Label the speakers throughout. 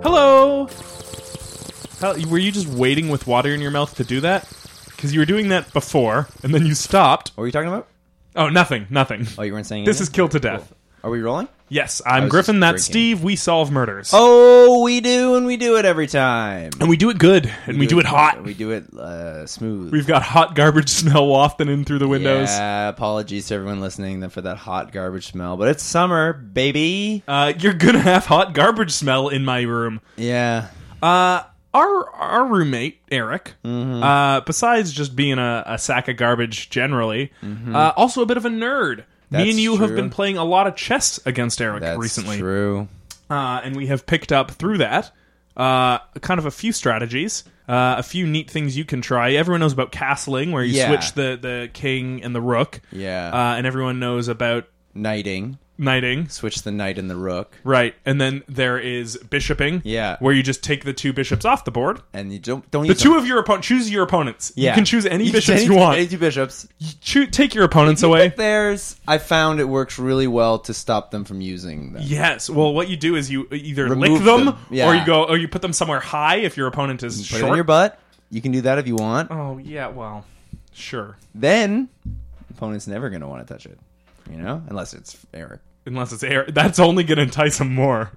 Speaker 1: Hello! How, were you just waiting with water in your mouth to do that? Because you were doing that before, and then you stopped.
Speaker 2: What were you talking about?
Speaker 1: Oh, nothing, nothing.
Speaker 2: Oh, you weren't saying
Speaker 1: This is
Speaker 2: anything?
Speaker 1: Kill to Death.
Speaker 2: Are we rolling?
Speaker 1: Yes, I'm
Speaker 2: was
Speaker 1: Griffin,
Speaker 2: just
Speaker 1: that's
Speaker 2: drinking.
Speaker 1: Steve, we solve murders.
Speaker 2: Oh, we do, and we do it every time.
Speaker 1: And we do it good, and we, do, it hot.
Speaker 2: We do it uh, smooth.
Speaker 1: We've got hot garbage smell wafting in through the windows.
Speaker 2: Yeah, apologies to everyone listening for that hot garbage smell, but it's summer, baby.
Speaker 1: Uh, you're gonna have hot garbage smell in my room.
Speaker 2: Yeah,
Speaker 1: Uh, our our roommate Eric,
Speaker 2: Mm-hmm.
Speaker 1: uh, besides just being a, a sack of garbage generally, uh, also a bit of a nerd. Me
Speaker 2: Mm-hmm. That's
Speaker 1: and you have
Speaker 2: true.
Speaker 1: been playing a lot of chess against Eric
Speaker 2: that's
Speaker 1: recently,
Speaker 2: true.
Speaker 1: Uh, and we have picked up through that uh, kind of a few strategies. Uh, a few neat things you can try. Everyone knows about castling, where you
Speaker 2: Yeah.
Speaker 1: switch the, the king and the rook.
Speaker 2: Yeah.
Speaker 1: Uh, and everyone knows about
Speaker 2: Knighting.
Speaker 1: knighting.
Speaker 2: Switch the knight and the rook,
Speaker 1: Right. And then there is bishoping.
Speaker 2: Yeah.
Speaker 1: Where you just take the two bishops off the board.
Speaker 2: and you don't don't
Speaker 1: The two of your opponent choose your opponents. You can choose any bishops you
Speaker 2: Any
Speaker 1: want.
Speaker 2: two bishops.
Speaker 1: Choo- take your opponents away.
Speaker 2: There's. I found it works really well to stop them from using them.
Speaker 1: Yes. Well, what you do is you either lick
Speaker 2: Remove
Speaker 1: them,
Speaker 2: them. Yeah.
Speaker 1: or you go or you put them somewhere high if your opponent is
Speaker 2: Put
Speaker 1: short.
Speaker 2: it in your butt. You can do that if you want.
Speaker 1: oh, yeah, well, sure.
Speaker 2: Then opponent's never going to want to touch it. You know, unless it's Eric.
Speaker 1: Unless it's air. That's only going to entice them more.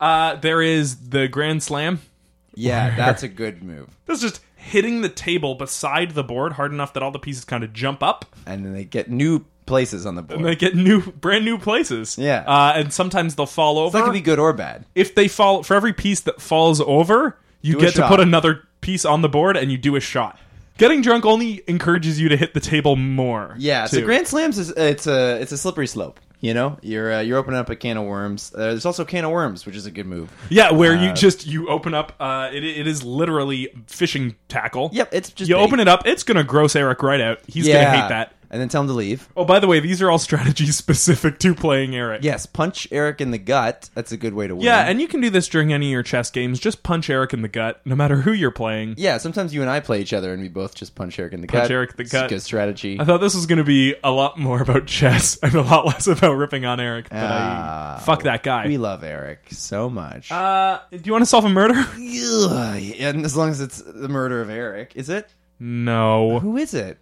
Speaker 1: Uh, there is the grand slam.
Speaker 2: Yeah, that's a good move.
Speaker 1: That's just hitting the table beside the board hard enough that all the pieces kind of jump up.
Speaker 2: And then they get new places on the board.
Speaker 1: And they get new, brand new places.
Speaker 2: Yeah.
Speaker 1: uh, and sometimes they'll fall over.
Speaker 2: that could be good or bad.
Speaker 1: if they fall, for every piece that falls over, you
Speaker 2: Do a
Speaker 1: get to
Speaker 2: shot.
Speaker 1: put another piece on the board, and you do a shot. Getting drunk only encourages you to hit the table more.
Speaker 2: Yeah, so
Speaker 1: too.
Speaker 2: grand slams is it's a it's a slippery slope. You know, you're uh, you're opening up a can of worms. Uh, there's also a can of worms, which is a good move.
Speaker 1: Yeah, where
Speaker 2: Uh,
Speaker 1: you just you open up. Uh, it, it is literally fishing tackle.
Speaker 2: Yep, it's just
Speaker 1: you
Speaker 2: bait.
Speaker 1: open it up. It's gonna gross Eric right out. He's gonna hate that.
Speaker 2: And then tell him to leave.
Speaker 1: Oh, by the way, these are all strategies specific to playing Eric.
Speaker 2: Yes, punch Eric in the gut. That's a good way to win.
Speaker 1: Yeah, and you can do this during any of your chess games. Just punch Eric in the gut, no matter who you're playing.
Speaker 2: yeah. Sometimes you and I play each other, and we both just punch Eric in the gut.
Speaker 1: Punch Eric in the
Speaker 2: It's a
Speaker 1: gut.
Speaker 2: Good strategy.
Speaker 1: I thought this was going to be a lot more about chess and a lot less about ripping on Eric. But I,
Speaker 2: Ah,
Speaker 1: fuck that
Speaker 2: We
Speaker 1: guy.
Speaker 2: love Eric so much.
Speaker 1: Uh, do you want to solve a murder?
Speaker 2: Ugh, and as long as it's the murder of Eric, is it?
Speaker 1: No.
Speaker 2: Who is it?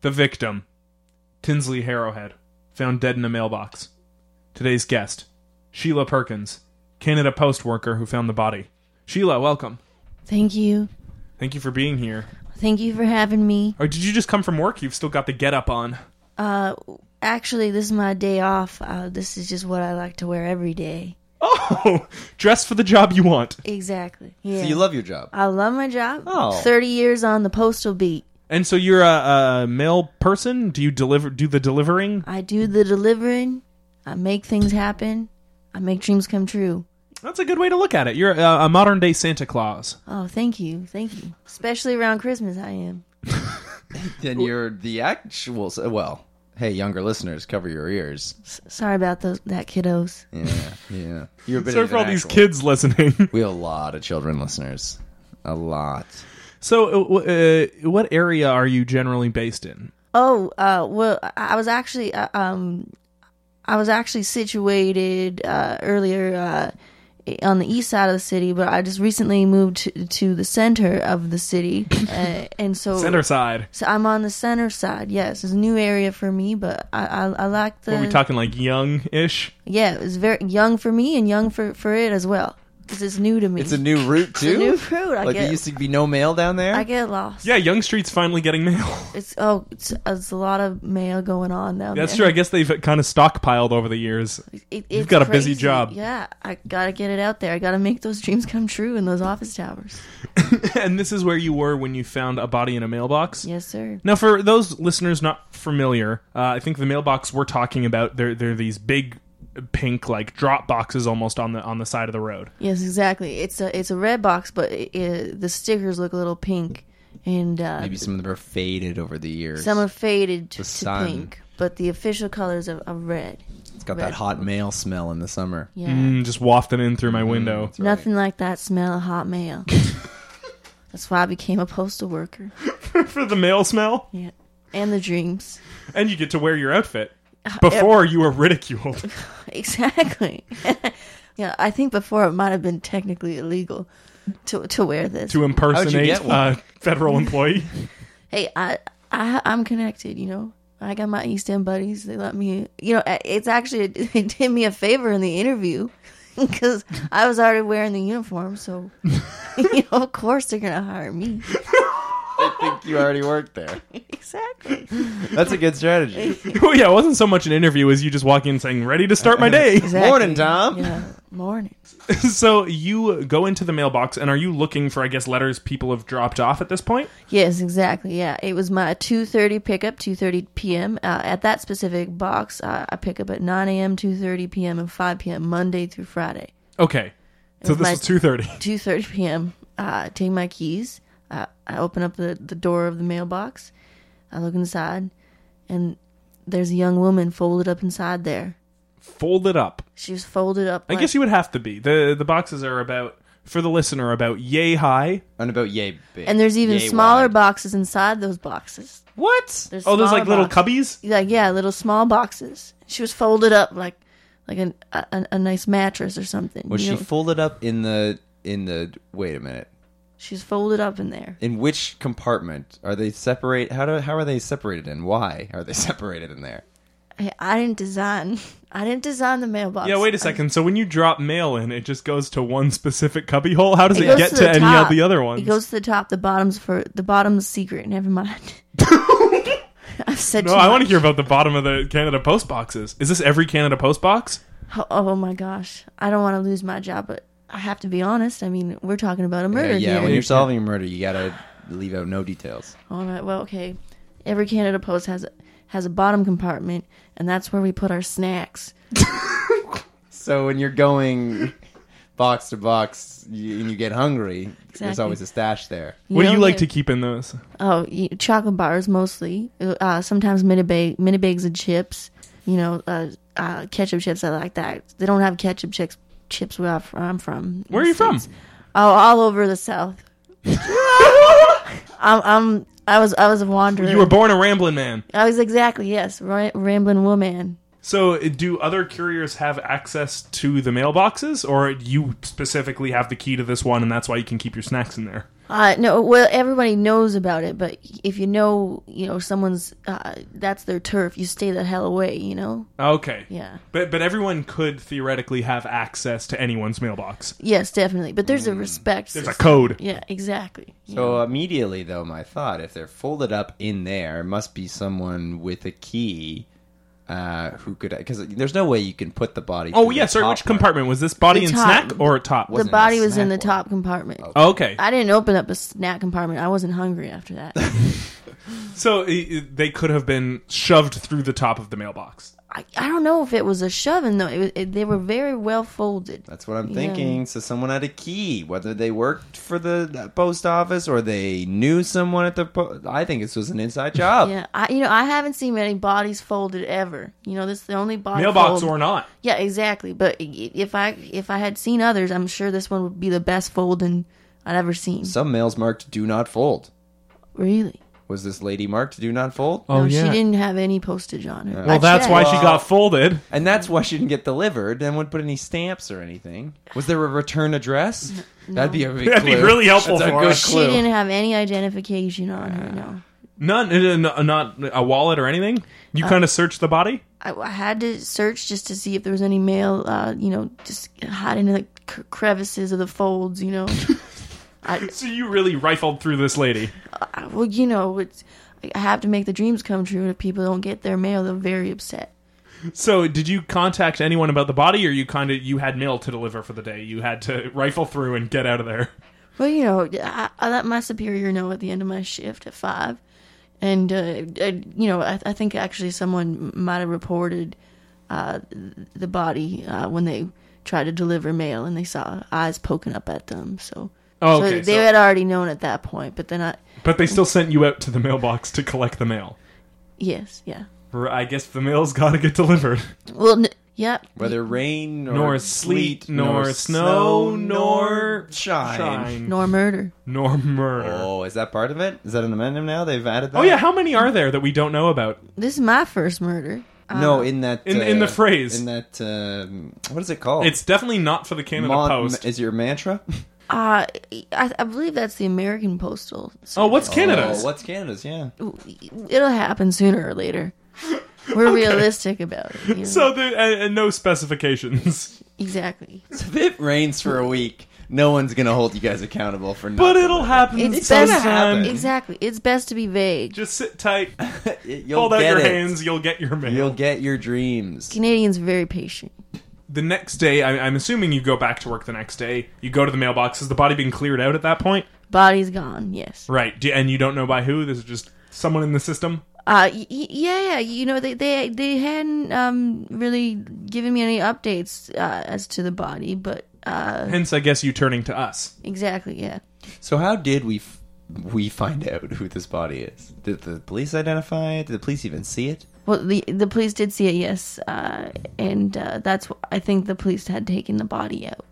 Speaker 1: The victim, Tinsley Harrowhead, found dead in a mailbox. Today's guest, Sheila Perkins, Canada Post worker who found the body. Sheila, welcome.
Speaker 3: Thank you.
Speaker 1: Thank you for being here.
Speaker 3: Thank you for having me.
Speaker 1: Or did you just come from work? You've still got the get up on.
Speaker 3: Uh, actually, this is my day off. Uh, this is just what I like to wear every day.
Speaker 1: Oh, dress for the job you want.
Speaker 3: Exactly. Yeah. Uh,
Speaker 2: So you love your job.
Speaker 3: I love my job.
Speaker 2: Oh.
Speaker 3: 30 years on the postal beat.
Speaker 1: And so you're a, a male person. Do you deliver? Do the delivering?
Speaker 3: I do the delivering. I make things happen. I make dreams come true.
Speaker 1: That's a good way to look at it. You're a, a modern day Santa Claus.
Speaker 3: Oh, thank you. Thank you. Especially around Christmas, I am.
Speaker 2: Then you're the actual. s- Well, hey, younger listeners, cover your ears.
Speaker 3: S- sorry about those that kiddos.
Speaker 2: Yeah, yeah. You're a bit
Speaker 1: Sorry
Speaker 2: of
Speaker 1: for
Speaker 2: an
Speaker 1: all these
Speaker 2: actual-
Speaker 1: kids listening.
Speaker 2: We have a lot of children listeners. A lot.
Speaker 1: so, uh, w- uh, what area are you generally based in?
Speaker 3: Oh, uh, well, I- I was actually, uh, um, I was actually situated uh, earlier uh, on the east side of the city, but I just recently moved to, to the center of the city, uh, and so
Speaker 1: Center side.
Speaker 3: so I'm on the center side. Yes, it's a new area for me, but I I, I like the
Speaker 1: Are we talking like young ish?
Speaker 3: yeah, it's very young for me and young for for it as well because it's new to me.
Speaker 2: It's a new route too.
Speaker 3: It's a new route. I
Speaker 2: like
Speaker 3: get
Speaker 2: there used to be no mail down there.
Speaker 3: I get lost.
Speaker 1: Yeah, Young Street's finally getting mail.
Speaker 3: It's oh, it's, it's a lot of mail going on down
Speaker 1: That's
Speaker 3: there.
Speaker 1: true. I guess they've kind of stockpiled over the years.
Speaker 3: It,
Speaker 1: You've
Speaker 3: it's
Speaker 1: got a busy job.
Speaker 3: Yeah, I gotta get it out there. I gotta make those dreams come true in those office towers.
Speaker 1: and this is where you were when you found a body in a mailbox?
Speaker 3: Yes, sir.
Speaker 1: Now, for those listeners not familiar, uh, I think the mailbox we're talking about, they're, they're these big pink like drop boxes almost on the on the side of the road.
Speaker 3: Yes, exactly. It's a it's a red box, but it, it, the stickers look a little pink, and uh,
Speaker 2: Maybe some of them are faded over the years.
Speaker 3: some are faded to,
Speaker 2: The
Speaker 3: to
Speaker 2: sun.
Speaker 3: pink. But the official colors are, are red.
Speaker 2: it's got that
Speaker 3: red.
Speaker 2: hot mail smell in the summer.
Speaker 3: Yeah,
Speaker 1: Mm, just wafted in through my window.
Speaker 2: right.
Speaker 3: nothing like that smell of hot mail. That's why I became a postal worker.
Speaker 1: for the mail smell,
Speaker 3: Yeah, and the dreams.
Speaker 1: and you get to wear your outfit. Before you were ridiculed.
Speaker 3: Exactly. yeah, I think before it might have been technically illegal to to wear this.
Speaker 1: to impersonate
Speaker 2: get one?
Speaker 1: a federal employee.
Speaker 3: hey, I, I I'm connected, you know. I got my East End buddies. They let me, you know. It's actually it did me a favor in the interview because I was already wearing the uniform, so you know, of course they're gonna hire me.
Speaker 2: I think you already worked there.
Speaker 3: Exactly.
Speaker 2: That's a good strategy.
Speaker 1: well, yeah, it wasn't so much an interview as you just walk in saying, "Ready to start my
Speaker 2: Uh-huh.
Speaker 1: day."
Speaker 3: exactly.
Speaker 2: Morning, Tom.
Speaker 3: Yeah, morning.
Speaker 1: so you go into the mailbox, and are you looking for, I guess, letters people have dropped off at this point?
Speaker 3: Yes, exactly. Yeah, it was my two thirty pickup, two thirty p.m. Uh, at that specific box, uh, I, I pick up at nine a.m., two thirty p.m., and five p.m. Monday through Friday.
Speaker 1: Okay, so
Speaker 3: It's
Speaker 1: this
Speaker 3: my-
Speaker 1: is two thirty.
Speaker 3: two thirty p.m. Uh, I take my keys. Uh, I open up the, the door of the mailbox. I look inside, and there's a young woman folded up inside there.
Speaker 1: Fold it up.
Speaker 3: She was folded up.
Speaker 1: I guess you would have to be. the The boxes are about for the listener about yay high.
Speaker 2: And about yay big.
Speaker 3: and there's even
Speaker 2: Yay
Speaker 3: smaller
Speaker 2: wide.
Speaker 3: boxes inside those boxes.
Speaker 1: What?
Speaker 3: There's
Speaker 1: oh, there's like
Speaker 3: smaller
Speaker 1: little
Speaker 3: boxes.
Speaker 1: cubbies.
Speaker 3: Like yeah, little small boxes. She was folded up like like an, a a- a nice mattress or something.
Speaker 2: Was
Speaker 3: you
Speaker 2: she
Speaker 3: know?
Speaker 2: folded up in the in the? Wait a minute.
Speaker 3: She's folded up in there.
Speaker 2: In which compartment are they separate? How do how are they separated and why are they separated in there?
Speaker 3: I, I didn't design. I didn't design the mailbox.
Speaker 1: Yeah, wait a second. So when you drop mail in, it just goes to one specific cubby hole. How does it, get to,
Speaker 3: the
Speaker 1: any of
Speaker 3: top.
Speaker 1: the other ones?
Speaker 3: It goes to the top. The bottom's for the bottom's secret. Never mind. I've said
Speaker 1: no,
Speaker 3: too
Speaker 1: I
Speaker 3: much.
Speaker 1: want to hear about the bottom of the Canada Post boxes. Is this every Canada Post box?
Speaker 3: Oh, oh my gosh, I don't want to lose my job, but I have to be honest. I mean, we're talking about a murder
Speaker 2: yeah,
Speaker 3: here.
Speaker 2: when you're solving a murder, you gotta leave out no details.
Speaker 3: All right. Well, okay. Every Canada Post has a, has a bottom compartment, and that's where we put our snacks.
Speaker 2: So when you're going box to box you, and you get hungry, there's
Speaker 3: Exactly.
Speaker 2: always a stash there.
Speaker 1: What do
Speaker 3: know,
Speaker 1: you like
Speaker 3: the-
Speaker 1: to keep in those?
Speaker 3: Oh, y- chocolate bars mostly. Uh, sometimes mini bag, mini bags of chips. You know, uh, uh, ketchup chips. I like that. They don't have ketchup chips. Chips where I'm fr- I'm from.
Speaker 1: Where are you from?
Speaker 3: Oh, all over the South. I'm, I'm. I was. I was a wanderer.
Speaker 1: You were born a rambling man.
Speaker 3: I was exactly yes, ra- rambling woman.
Speaker 1: So, uh, do other couriers have access to the mailboxes, or you specifically have the key to this one, and that's why you can keep your snacks in there?
Speaker 3: Uh, no, well, everybody knows about it, but if you know, you know, someone's uh, that's their turf. You stay the hell away. You know.
Speaker 1: Okay.
Speaker 3: Yeah.
Speaker 1: But but everyone could theoretically have access to anyone's mailbox.
Speaker 3: Yes, definitely. But
Speaker 2: Mm.
Speaker 3: there's a respect.
Speaker 1: There's a
Speaker 3: system.
Speaker 1: code.
Speaker 3: Yeah, exactly.
Speaker 2: So immediately, though, my thought: if they're folded up in there, it must be someone with a key uh, who could, because there's no way you can put the body.
Speaker 1: Oh
Speaker 2: through
Speaker 1: yeah,
Speaker 2: the
Speaker 1: sorry.
Speaker 2: top
Speaker 1: Which
Speaker 2: one.
Speaker 1: compartment was this? Body
Speaker 3: The
Speaker 1: and
Speaker 3: top.
Speaker 1: snack or top?
Speaker 3: the
Speaker 2: Wasn't it a
Speaker 3: body was
Speaker 2: snack
Speaker 3: in the
Speaker 2: one? Oh.
Speaker 3: top compartment.
Speaker 1: okay.
Speaker 3: I didn't open up a snack compartment. I wasn't hungry after that.
Speaker 1: So i- i- they could have been shoved through the top of the mailbox.
Speaker 3: I, I don't know if it was a shoving though. It, was- it, they were very well folded.
Speaker 2: That's what I'm
Speaker 3: Yeah.
Speaker 2: thinking. So someone had a key, whether they worked for the the post office or they knew someone at the. Po- I think this was an inside job.
Speaker 3: Yeah, I you know I haven't seen many bodies folded ever. You know this is the only body
Speaker 1: Mailbox
Speaker 3: fold-
Speaker 1: or not.
Speaker 3: yeah exactly. But i- i- if I if I had seen others, I'm sure this one would be the best folding I'd ever seen.
Speaker 2: Some mails marked "Do not fold."
Speaker 3: really?
Speaker 2: Was this lady marked "Do not fold"?
Speaker 1: Oh
Speaker 3: no,
Speaker 1: yeah.
Speaker 3: she didn't have any postage on her.
Speaker 1: Well,
Speaker 3: I
Speaker 1: that's
Speaker 3: checked.
Speaker 1: why she got folded.
Speaker 2: And that's why she didn't get delivered. and wouldn't put any stamps or anything. Was there a return address? That'd be a big
Speaker 1: That'd be
Speaker 2: clue.
Speaker 1: really helpful
Speaker 2: That's a
Speaker 1: for
Speaker 2: good
Speaker 1: us.
Speaker 3: she
Speaker 2: clue.
Speaker 3: didn't have any identification on her. No,
Speaker 1: None, uh, no- not a wallet or anything.
Speaker 3: Uh,
Speaker 1: You kind of searched the body.
Speaker 3: I, I had to search just to see if there was any mail. Uh, you know, just hiding in the cre- crevices of the folds. You know. I,
Speaker 1: So you really rifled through this lady.
Speaker 3: I- well, you know, it's, I have to make the dreams come true. And if people don't get their mail, they're very upset.
Speaker 1: So did you contact anyone about the body, or you kind of you had mail to deliver for the day? You had to rifle through and get out of there.
Speaker 3: Well, you know, I, I let my superior know at the end of my shift at five, and uh, I, you know, I, I think actually someone might have reported uh, the body uh, when they tried to deliver mail and they saw eyes poking up at them. So,
Speaker 1: Oh,
Speaker 3: so
Speaker 1: okay.
Speaker 3: they
Speaker 1: so-
Speaker 3: had already known at that point. But then I,
Speaker 1: but they still sent you out to the mailbox to collect the mail.
Speaker 3: yes, yeah.
Speaker 1: R- I guess the mail's got to get delivered.
Speaker 3: Well, n- yep.
Speaker 2: Whether rain nor,
Speaker 1: Nor sleet, nor snow, nor
Speaker 2: shine.
Speaker 3: Nor murder.
Speaker 1: nor murder. Oh.
Speaker 2: Oh, is that part of it? Is that an amendment now? They've added that.
Speaker 1: yeah, how many are there that we don't know about?
Speaker 3: This is my first murder.
Speaker 2: no, in that uh,
Speaker 1: in- in the phrase.
Speaker 2: in that um, what is it called?
Speaker 1: It's definitely not for the Canada
Speaker 2: Mon-
Speaker 1: Post.
Speaker 2: Is your mantra?
Speaker 3: Uh, I, I believe that's the American Postal.
Speaker 1: Oh, what's Canada's?
Speaker 2: Oh, what's Canada's? Yeah.
Speaker 3: It'll happen sooner or later. We're realistic about it. you know?
Speaker 1: So there and, and no specifications,
Speaker 3: exactly.
Speaker 2: If it rains for a week, no one's gonna hold you guys accountable for.
Speaker 1: but
Speaker 2: nothing.
Speaker 1: it'll happen
Speaker 3: It's, best.
Speaker 1: sometime.
Speaker 2: happen.
Speaker 3: Exactly. It's best to be vague.
Speaker 1: Just sit tight,
Speaker 2: It- you'll
Speaker 1: hold out
Speaker 2: get
Speaker 1: your
Speaker 2: it.
Speaker 1: hands, you'll get your mail.
Speaker 2: You'll get your dreams.
Speaker 3: Canadians are very patient.
Speaker 1: The next day, I, I'm assuming you go back to work the next day. You go to the mailbox. Has the body been cleared out at that point?
Speaker 3: Body's gone. Yes.
Speaker 1: Right, Do, and you don't know by who. This is just someone in the system.
Speaker 3: Uh, y- y- yeah, yeah. You know, they they they hadn't um really given me any updates uh, as to the body, but uh,
Speaker 1: Hence, I guess you turning to us.
Speaker 3: exactly, yeah.
Speaker 2: So how did we f- we find out who this body is? Did the police identify it? Did the police even see it?
Speaker 3: Well, the the police did see it, yes, uh, and uh, that's wh- I think the police had taken the body out,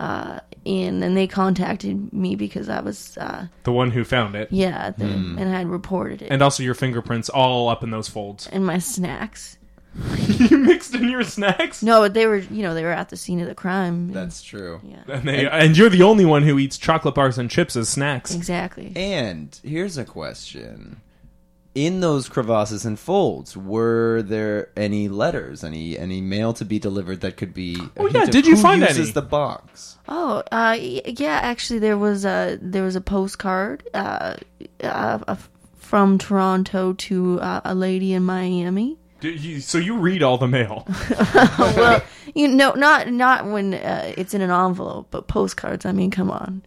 Speaker 3: uh, and then they contacted me because I was uh,
Speaker 1: The one who found it,
Speaker 3: yeah, at the, and I had reported it
Speaker 1: and also your fingerprints all up in those folds.
Speaker 3: and my snacks.
Speaker 1: you mixed in your snacks.
Speaker 3: No, but they were you know they were at the scene of the crime. and-
Speaker 2: That's true.
Speaker 3: yeah,
Speaker 1: And, they, and you're the only one who eats chocolate bars and chips as snacks.
Speaker 3: exactly.
Speaker 2: And here's a question. In those crevasses and folds, were there any letters, any any mail to be delivered that could be? a
Speaker 1: Oh,
Speaker 2: hint
Speaker 1: yeah,
Speaker 2: of
Speaker 1: did you
Speaker 2: who
Speaker 1: find
Speaker 2: uses
Speaker 1: any?
Speaker 2: the box?
Speaker 3: Oh, uh, y- yeah. Actually, there was a there was a postcard uh, uh, f- from Toronto to uh, a lady in Miami.
Speaker 1: Do you- so you read all the mail.
Speaker 3: well, you know, not not when uh, it's in an envelope, but postcards. I mean, come on.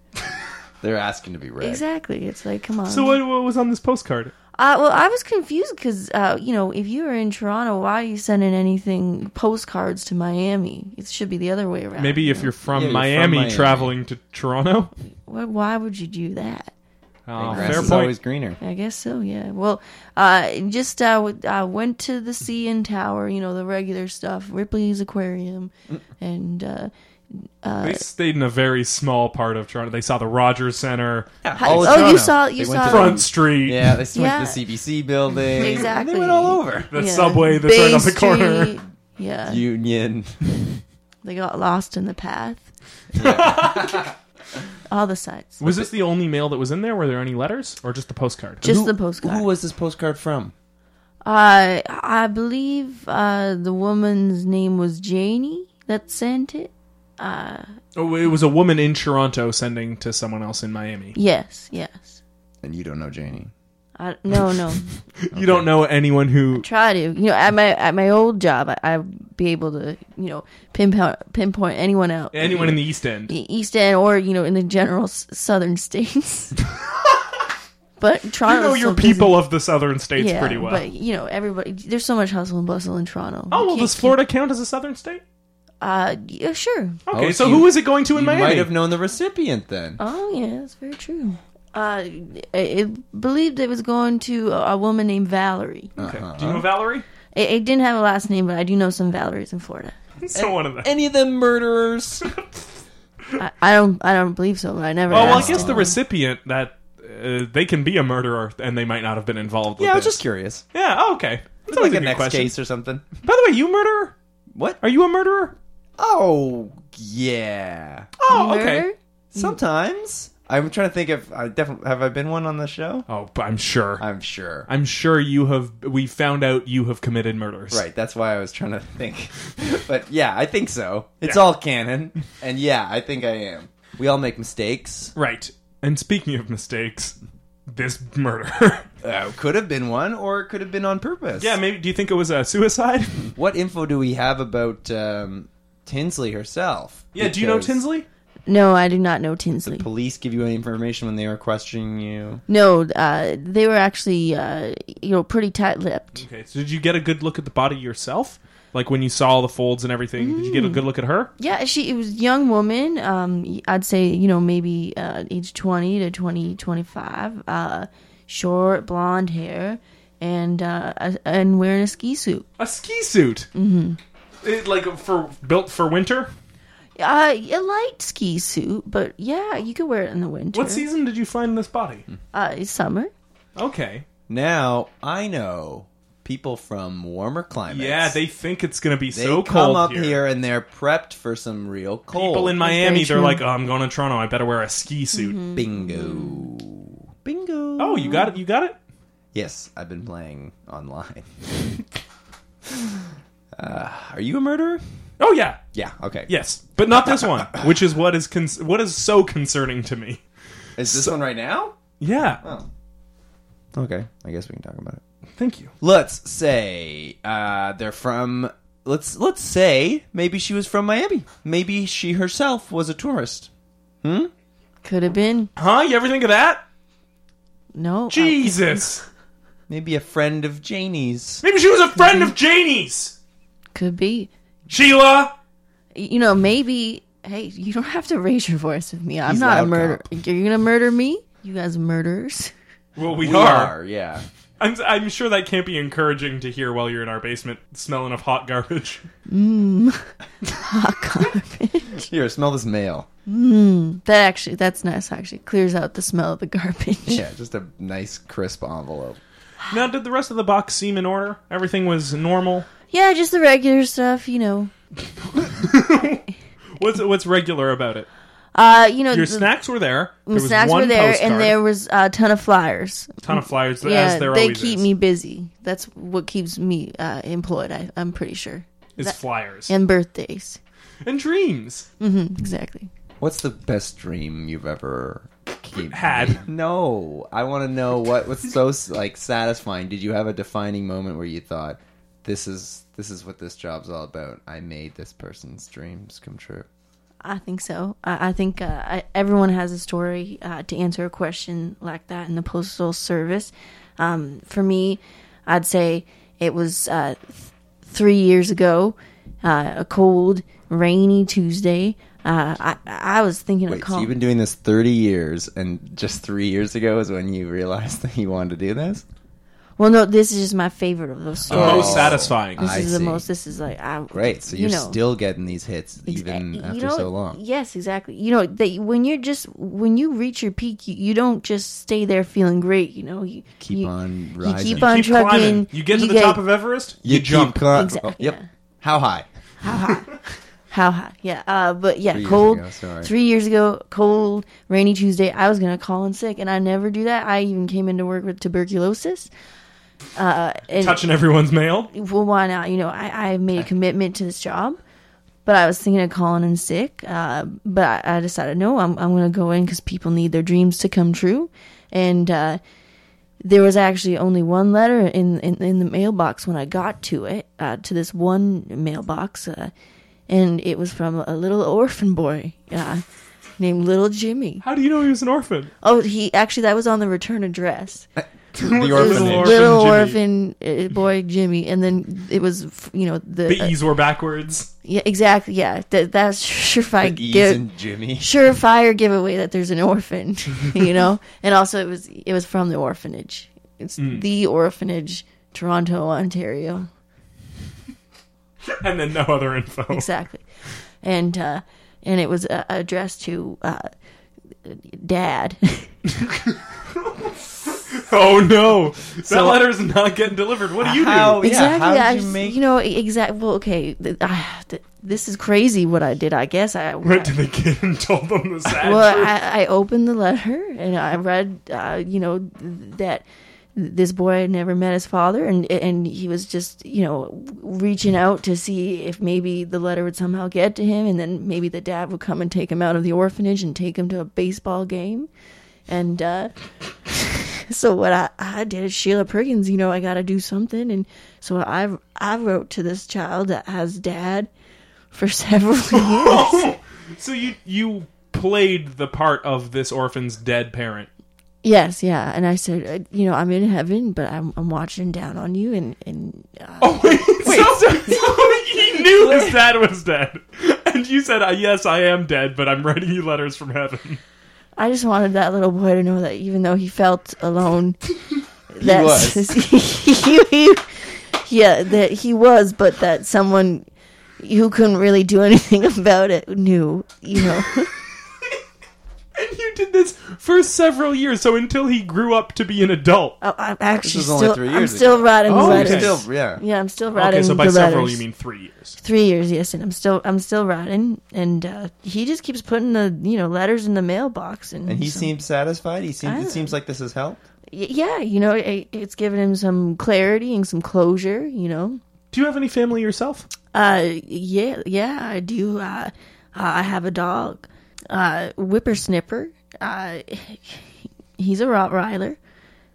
Speaker 2: They're asking to be read.
Speaker 3: Exactly. It's like, come on.
Speaker 1: So what, what was on this postcard?
Speaker 3: Uh, well, I was confused because uh, you know, if you were in Toronto, why are you sending anything postcards to Miami? It should be the other way around.
Speaker 1: Maybe if you're from,
Speaker 2: Yeah, you're from
Speaker 1: Miami,
Speaker 2: Miami.
Speaker 1: traveling to Toronto.
Speaker 3: why, why would you do that?
Speaker 1: Oh,
Speaker 2: Grass
Speaker 1: fair
Speaker 2: is
Speaker 1: point.
Speaker 2: always greener.
Speaker 3: I guess so. Yeah. Well, uh, just uh, w- I went to the CN Tower. You know, the regular stuff, Ripley's Aquarium,
Speaker 1: Mm.
Speaker 3: and uh,
Speaker 1: They stayed in a very small part of Toronto. They saw the Rogers Center,
Speaker 2: All of
Speaker 3: oh,
Speaker 2: Toronto.
Speaker 3: you saw you
Speaker 2: They went
Speaker 3: saw
Speaker 2: to
Speaker 1: Front Street,
Speaker 2: Yeah, they went
Speaker 3: Yeah.
Speaker 2: to the CBC building.
Speaker 3: Exactly.
Speaker 2: They went all over.
Speaker 1: the
Speaker 3: yeah,
Speaker 1: subway that's
Speaker 3: Bay
Speaker 1: right on the corner.
Speaker 3: Street. Yeah,
Speaker 2: Union.
Speaker 3: They got lost in the path. All the sites.
Speaker 1: Was this the only mail that was in there? Were there any letters or just the postcard?
Speaker 3: Just
Speaker 2: Who-
Speaker 3: the postcard.
Speaker 2: Who was this postcard from?
Speaker 3: uh, I believe uh, the woman's name was Janie that sent it.
Speaker 1: oh, it was a woman in Toronto sending to someone else in Miami.
Speaker 3: Yes, yes.
Speaker 2: And you don't know Janie.
Speaker 3: I, no, no.
Speaker 1: You don't know anyone who.
Speaker 3: Try to. You know, at my at my old job, I, I'd be able to, you know, pinpoint pinpoint anyone out.
Speaker 1: Anyone in the East End.
Speaker 3: E- East End or, you know, in the general s- southern states. but
Speaker 1: You
Speaker 3: Toronto.
Speaker 1: know your people of the southern states
Speaker 3: yeah,
Speaker 1: pretty well.
Speaker 3: But, you know, everybody. There's so much hustle and bustle in Toronto.
Speaker 1: oh,
Speaker 3: You
Speaker 1: well,
Speaker 3: can't
Speaker 1: does
Speaker 3: keep-
Speaker 1: Florida count as a southern state?
Speaker 3: Uh, yeah, sure.
Speaker 1: Okay,
Speaker 2: Oh,
Speaker 1: so
Speaker 2: so you-
Speaker 1: who is it going to in
Speaker 2: You
Speaker 1: Miami?
Speaker 2: might have known the recipient then.
Speaker 3: Oh yeah, that's very true. Uh, I I believed it was going to a, a woman named Valerie.
Speaker 1: Okay. Do you know Valerie?
Speaker 3: It, it didn't have a last name, but I do know some Valeries in Florida.
Speaker 1: So
Speaker 3: Uh,
Speaker 1: one of them.
Speaker 2: Any of them murderers?
Speaker 3: I, I don't, I don't believe so, but I never.
Speaker 1: Oh, well, I
Speaker 3: asked
Speaker 1: guess the
Speaker 3: them.
Speaker 1: recipient that uh, they can be a murderer and they might not have been involved.
Speaker 2: yeah, I
Speaker 1: with
Speaker 2: was
Speaker 1: this.
Speaker 2: just curious.
Speaker 1: yeah. Oh, okay. That's
Speaker 2: It's like
Speaker 1: always
Speaker 2: a
Speaker 1: good
Speaker 2: next
Speaker 1: question.
Speaker 2: case or something.
Speaker 1: By the way, you murderer?
Speaker 2: What?
Speaker 1: Are you a murderer?
Speaker 2: Oh, yeah.
Speaker 1: Oh, okay.
Speaker 3: Murder?
Speaker 2: Sometimes. I'm trying to think if I definitely have I been one on the show?
Speaker 1: Oh, but I'm sure.
Speaker 2: I'm sure.
Speaker 1: I'm sure you have. We found out you have committed murders.
Speaker 2: right, that's why I was trying to think. but yeah, I think so. It's
Speaker 1: Yeah.
Speaker 2: all canon. And yeah, I think I am. We all make mistakes.
Speaker 1: Right. And speaking of mistakes, this murder.
Speaker 2: Uh, could have been one or it could have been on purpose.
Speaker 1: yeah. Maybe. Do you think it was a suicide?
Speaker 2: What info do we have about um, Tinsley herself?
Speaker 1: yeah. Do you know
Speaker 2: Because
Speaker 1: Tinsley?
Speaker 3: No, I do not know Tinsley.
Speaker 2: Police give you any information when they are questioning you.
Speaker 3: no, uh, they were actually, uh, you know, pretty tight-lipped.
Speaker 1: Okay. So did you get a good look at the body yourself? Like when you saw all the folds and everything, did you
Speaker 2: Mm.
Speaker 1: get a good look at her?
Speaker 3: Yeah, she it was a young woman. Um, I'd say you know maybe uh, age twenty to 20, 25. Uh, short blonde hair and uh, and wearing a ski suit.
Speaker 1: A ski suit. Mm-hmm. It, like for built for winter.
Speaker 3: Uh, a light ski suit, but yeah, you could wear it in the winter.
Speaker 1: What season did you find this body?
Speaker 2: Hmm.
Speaker 3: Uh, it's summer.
Speaker 1: Okay.
Speaker 2: Now I know people from warmer climates.
Speaker 1: Yeah, they think it's gonna be
Speaker 2: they
Speaker 1: so
Speaker 2: come
Speaker 1: cold
Speaker 2: up
Speaker 1: here.
Speaker 2: here. and they're prepped for some real cold. Mm-hmm.
Speaker 1: People in Miami, they're
Speaker 3: true.
Speaker 1: like, oh, I'm going to Toronto. I better wear a ski suit.
Speaker 2: bingo, bingo.
Speaker 1: Oh, you got it. You got it.
Speaker 2: yes, I've been playing online. uh, are you a murderer?
Speaker 1: Oh yeah,
Speaker 2: Yeah. Okay.
Speaker 1: yes, but not this one, which is what is con- what is so concerning to me.
Speaker 2: Is this one right now?
Speaker 1: Yeah.
Speaker 2: Okay. I guess we can talk about it.
Speaker 1: Thank you.
Speaker 2: Let's say uh, they're from. Let's let's say maybe she was from Miami. Maybe she herself was a tourist.
Speaker 3: Could have been
Speaker 1: Huh? You ever think of that?
Speaker 3: no. uh, I-
Speaker 1: Jesus.
Speaker 2: Maybe a friend of Janie's.
Speaker 1: Maybe she was a friend of Janie's.
Speaker 3: could be.
Speaker 1: Sheila.
Speaker 3: You know, maybe. Hey, you don't have to raise your voice with me. I'm
Speaker 2: He's
Speaker 3: not a
Speaker 2: loud
Speaker 3: murderer.
Speaker 2: cop.
Speaker 3: You're gonna murder me? You guys murderers?
Speaker 1: Well, we,
Speaker 2: We
Speaker 1: are.
Speaker 2: are, yeah.
Speaker 1: I'm, I'm sure that can't be encouraging to hear while you're in our basement smelling of hot garbage.
Speaker 3: Hot garbage.
Speaker 2: Here, smell this mail.
Speaker 3: that actually, that's nice. Actually, clears out the smell of the garbage.
Speaker 2: Yeah, just a nice crisp envelope.
Speaker 1: Now, did the rest of the box seem in order? Everything was normal.
Speaker 3: Yeah, just the regular stuff, you know.
Speaker 1: What's what's regular about it?
Speaker 3: Uh, you know,
Speaker 1: Your
Speaker 3: the-
Speaker 1: snacks were there. There
Speaker 3: the
Speaker 1: was
Speaker 3: snacks
Speaker 1: one
Speaker 3: were there,
Speaker 1: postcard,
Speaker 3: and there was a ton of flyers.
Speaker 1: ton of flyers.
Speaker 3: yeah,
Speaker 1: as there
Speaker 3: they
Speaker 1: always
Speaker 3: keep
Speaker 1: is.
Speaker 3: me busy. That's what keeps me uh, employed. I, I'm pretty sure.
Speaker 1: is flyers
Speaker 3: And birthdays,
Speaker 1: and dreams.
Speaker 3: exactly.
Speaker 2: What's the best dream you've ever keep-
Speaker 1: Had.
Speaker 2: No, I want to know what was so like satisfying. Did you have a defining moment where you thought, "This is this is what this job's all about. I made this person's dreams come true."
Speaker 3: I think so. I, I think uh, I, everyone has a story uh, to answer a question like that in the postal service. Um, for me, I'd say it was uh, th- three years ago, uh, a cold, rainy Tuesday. Uh, I I was thinking of
Speaker 2: Wait, so
Speaker 3: calling.
Speaker 2: you've been doing this 30 years, and just three years ago is when you realized that you wanted to do this?
Speaker 3: well, no, this is just my favorite of those
Speaker 2: Oh.
Speaker 3: stories.
Speaker 1: Most satisfying.
Speaker 3: This
Speaker 2: I
Speaker 3: is
Speaker 2: see.
Speaker 3: the most. This is like I,
Speaker 2: Great. So
Speaker 3: you
Speaker 2: you're
Speaker 3: know.
Speaker 2: still getting these hits even
Speaker 3: Exa-
Speaker 2: after
Speaker 3: you know,
Speaker 2: so long.
Speaker 3: Yes, exactly. You know, they, when you're just when you reach your peak, you, you don't just stay there feeling great. You know, you
Speaker 2: Keep
Speaker 3: you-
Speaker 2: on
Speaker 3: You
Speaker 2: rising.
Speaker 3: keep on
Speaker 1: keep
Speaker 3: trucking.
Speaker 1: climbing. You get to the top of Everest. You,
Speaker 2: keep
Speaker 1: jump.
Speaker 2: cli-
Speaker 3: Exactly,
Speaker 2: oh, yep.
Speaker 3: yeah.
Speaker 2: How high?
Speaker 3: how high? Yeah, uh, but yeah,
Speaker 2: years
Speaker 3: cold.
Speaker 2: ago, sorry.
Speaker 3: three years ago, cold, rainy Tuesday. I was gonna call in sick, and I never do that. I even came into work with tuberculosis. Uh, and
Speaker 1: Touching everyone's mail.
Speaker 3: well, why not? You know, I, I made a commitment to this job, but I was thinking of calling in sick. Uh, but I, I decided, no, I'm, I'm going to go in because people need their dreams to come true. And uh, there was actually only one letter in, in, in the mailbox when I got to it, uh, to this one mailbox. Uh, and it was from a little orphan boy uh, named Little Jimmy.
Speaker 1: How do you know he was an orphan?
Speaker 3: Oh, he actually, that was on the return address
Speaker 2: the
Speaker 1: It was
Speaker 3: was
Speaker 1: Little
Speaker 2: orphanage.
Speaker 1: Orphan
Speaker 3: little
Speaker 1: Jimmy.
Speaker 3: orphan uh, boy Jimmy, and then it was f- you know the,
Speaker 1: The
Speaker 3: uh,
Speaker 1: E's were backwards.
Speaker 3: yeah exactly yeah that that's surefire
Speaker 2: Ease
Speaker 3: give,
Speaker 2: and Jimmy.
Speaker 3: surefire giveaway that there's an orphan, you know, and also it was it was from the orphanage. It's
Speaker 2: Hmm.
Speaker 3: the orphanage, Toronto, Ontario,
Speaker 1: And then no other info.
Speaker 3: exactly, and uh, and it was uh, addressed to uh, Dad.
Speaker 1: Oh no! that letter's not getting delivered. What do you do?
Speaker 2: How, yeah,
Speaker 3: exactly.
Speaker 2: how
Speaker 3: I
Speaker 2: did you
Speaker 3: s-
Speaker 2: make
Speaker 3: you know exactly. Well, okay, th- ah, th- this is crazy what I did. I guess I
Speaker 1: Went to the kid and told them the sad
Speaker 3: well,
Speaker 1: truth.
Speaker 3: I, I opened the letter and I read, uh, you know, th- that this boy had never met his father, and and he was just, you know, reaching out to see if maybe the letter would somehow get to him, and then maybe the dad would come and take him out of the orphanage and take him to a baseball game, and. uh so what I, I did is Sheila Perkins, you know, I got to do something, and so I I wrote to this child that has dad for several years.
Speaker 1: so you you played the part of this orphan's dead parent.
Speaker 3: Yes, yeah. And I said, uh, you know, I'm in heaven, but I'm, I'm watching down on you. And, and uh,
Speaker 1: Wait, Oh, so, so knew his dad was dead. And you said, "Uh, "Yes, I am dead, but I'm writing you letters from heaven."
Speaker 3: I just wanted that little boy to know that even though he felt alone, that
Speaker 2: was.
Speaker 3: he- he- yeah, that he was, but that someone who couldn't really do anything about it knew, you know.
Speaker 1: And you did this for several years, so until he grew up to be an adult.
Speaker 3: I- I'm actually
Speaker 2: was only
Speaker 3: still,
Speaker 2: three
Speaker 3: I'm
Speaker 2: years
Speaker 3: still
Speaker 2: ago.
Speaker 3: writing the
Speaker 1: Oh,
Speaker 2: You're
Speaker 1: okay.
Speaker 3: letters.
Speaker 2: Still, yeah.
Speaker 3: Yeah, I'm still writing
Speaker 1: Okay, so by
Speaker 3: the
Speaker 1: several
Speaker 3: letters.
Speaker 1: you mean three years.
Speaker 3: three years? Yes, and I'm still I'm still writing, and uh, he just keeps putting the you know letters in the mailbox, and,
Speaker 2: And he
Speaker 3: so-
Speaker 2: seems satisfied. He
Speaker 3: I
Speaker 2: seems. It
Speaker 3: don't-
Speaker 2: seems like this has helped.
Speaker 3: Y- yeah, you know, it, it's given him some clarity and some closure, you know.
Speaker 1: Do you have any family yourself?
Speaker 3: Uh, yeah, yeah, I do. Uh, I have a dog, uh, Whippersnipper. Uh, he's a Rottweiler,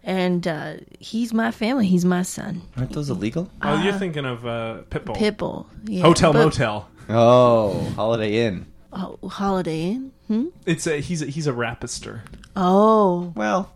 Speaker 3: and uh, he's my family. He's my son,
Speaker 2: Aren't those illegal?
Speaker 1: Oh, you're thinking of uh, Pitbull.
Speaker 3: Pitbull. Yeah,
Speaker 1: Hotel
Speaker 3: but-
Speaker 1: Motel.
Speaker 2: Oh, Holiday Inn.
Speaker 3: Oh, Holiday Inn. Hmm?
Speaker 1: It's a he's a, he's a rapister.
Speaker 3: Oh,
Speaker 2: Well,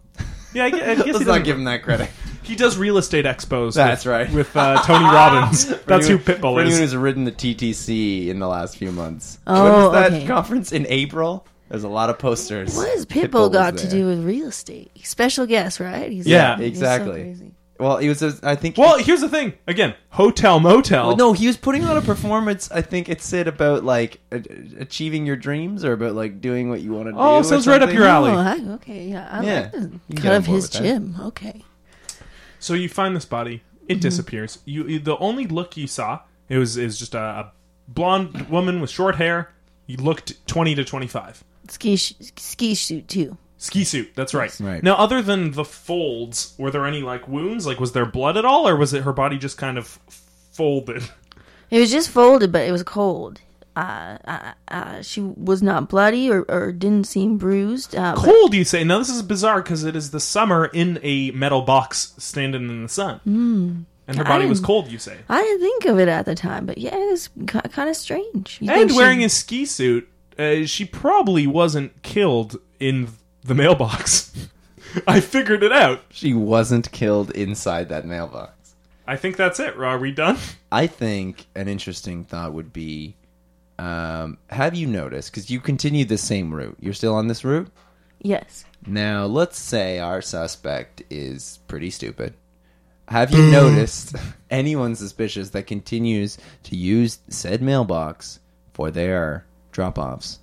Speaker 1: Yeah, I gue- I guess, he,
Speaker 2: let's
Speaker 1: doesn't-
Speaker 2: not give him that credit.
Speaker 1: he does real estate expos.
Speaker 2: That's
Speaker 1: with,
Speaker 2: right.
Speaker 1: With uh, Tony Robbins.
Speaker 2: For
Speaker 1: That's who
Speaker 2: anyone- for
Speaker 1: Pitbull
Speaker 2: Anyone
Speaker 1: is.
Speaker 2: who's ridden the TTC in the last few months.
Speaker 3: Oh,
Speaker 2: when was that
Speaker 3: okay.
Speaker 2: conference in April? There's a lot of posters.
Speaker 3: what has
Speaker 2: was
Speaker 3: Pitbull got to
Speaker 2: there.
Speaker 3: do with real estate? Special guest, right? He's
Speaker 1: Yeah,
Speaker 3: he's so
Speaker 2: exactly.
Speaker 3: crazy.
Speaker 2: Well, he was. a- I think.
Speaker 1: Well, here's the thing. Again, Hotel Motel.
Speaker 2: Well, no, he was putting on a performance. I think it said about like a- achieving your dreams or about like doing what you want to do.
Speaker 1: Oh,
Speaker 2: or
Speaker 1: sounds right up
Speaker 2: something.
Speaker 1: your alley.
Speaker 3: Oh, I, okay, yeah, I
Speaker 2: Yeah,
Speaker 3: like the
Speaker 2: you can get
Speaker 3: cut
Speaker 2: on
Speaker 3: of
Speaker 2: board
Speaker 3: his
Speaker 2: with that.
Speaker 3: gym. Okay,
Speaker 1: So you find this body. It disappears. You you- the only look you saw it was is just a, a blonde woman with short hair. You looked twenty to twenty five.
Speaker 3: ski sh- ski shoot too.
Speaker 1: Ski suit. That's right.
Speaker 2: Right.
Speaker 1: Now, other than the folds, were there any like wounds? Like, was there blood at all, or was it her body just kind of folded?
Speaker 3: It was just folded, but it was cold. Uh, uh, uh, she was not bloody or, or didn't seem bruised. Uh, but-
Speaker 1: Cold, you say? Now this is bizarre because it is the summer in a metal box standing in the sun, mm. and her
Speaker 3: I
Speaker 1: body was
Speaker 3: didn't-
Speaker 1: cold. You say,
Speaker 3: I didn't think of it at the time, but yeah, it was ki kind of strange. You think
Speaker 1: and
Speaker 3: she-
Speaker 1: wearing a ski suit, uh, she probably wasn't killed in the mailbox. I figured it out.
Speaker 2: She wasn't killed inside that mailbox.
Speaker 1: I think that's it. Are we done?
Speaker 2: I think an interesting thought would be um, have you noticed? Because you continued the same route. You're still on this route?
Speaker 3: yes,
Speaker 2: Now, let's say our suspect is pretty stupid. Have
Speaker 3: Mm.
Speaker 2: you noticed anyone suspicious that continues to use said mailbox for their drop offs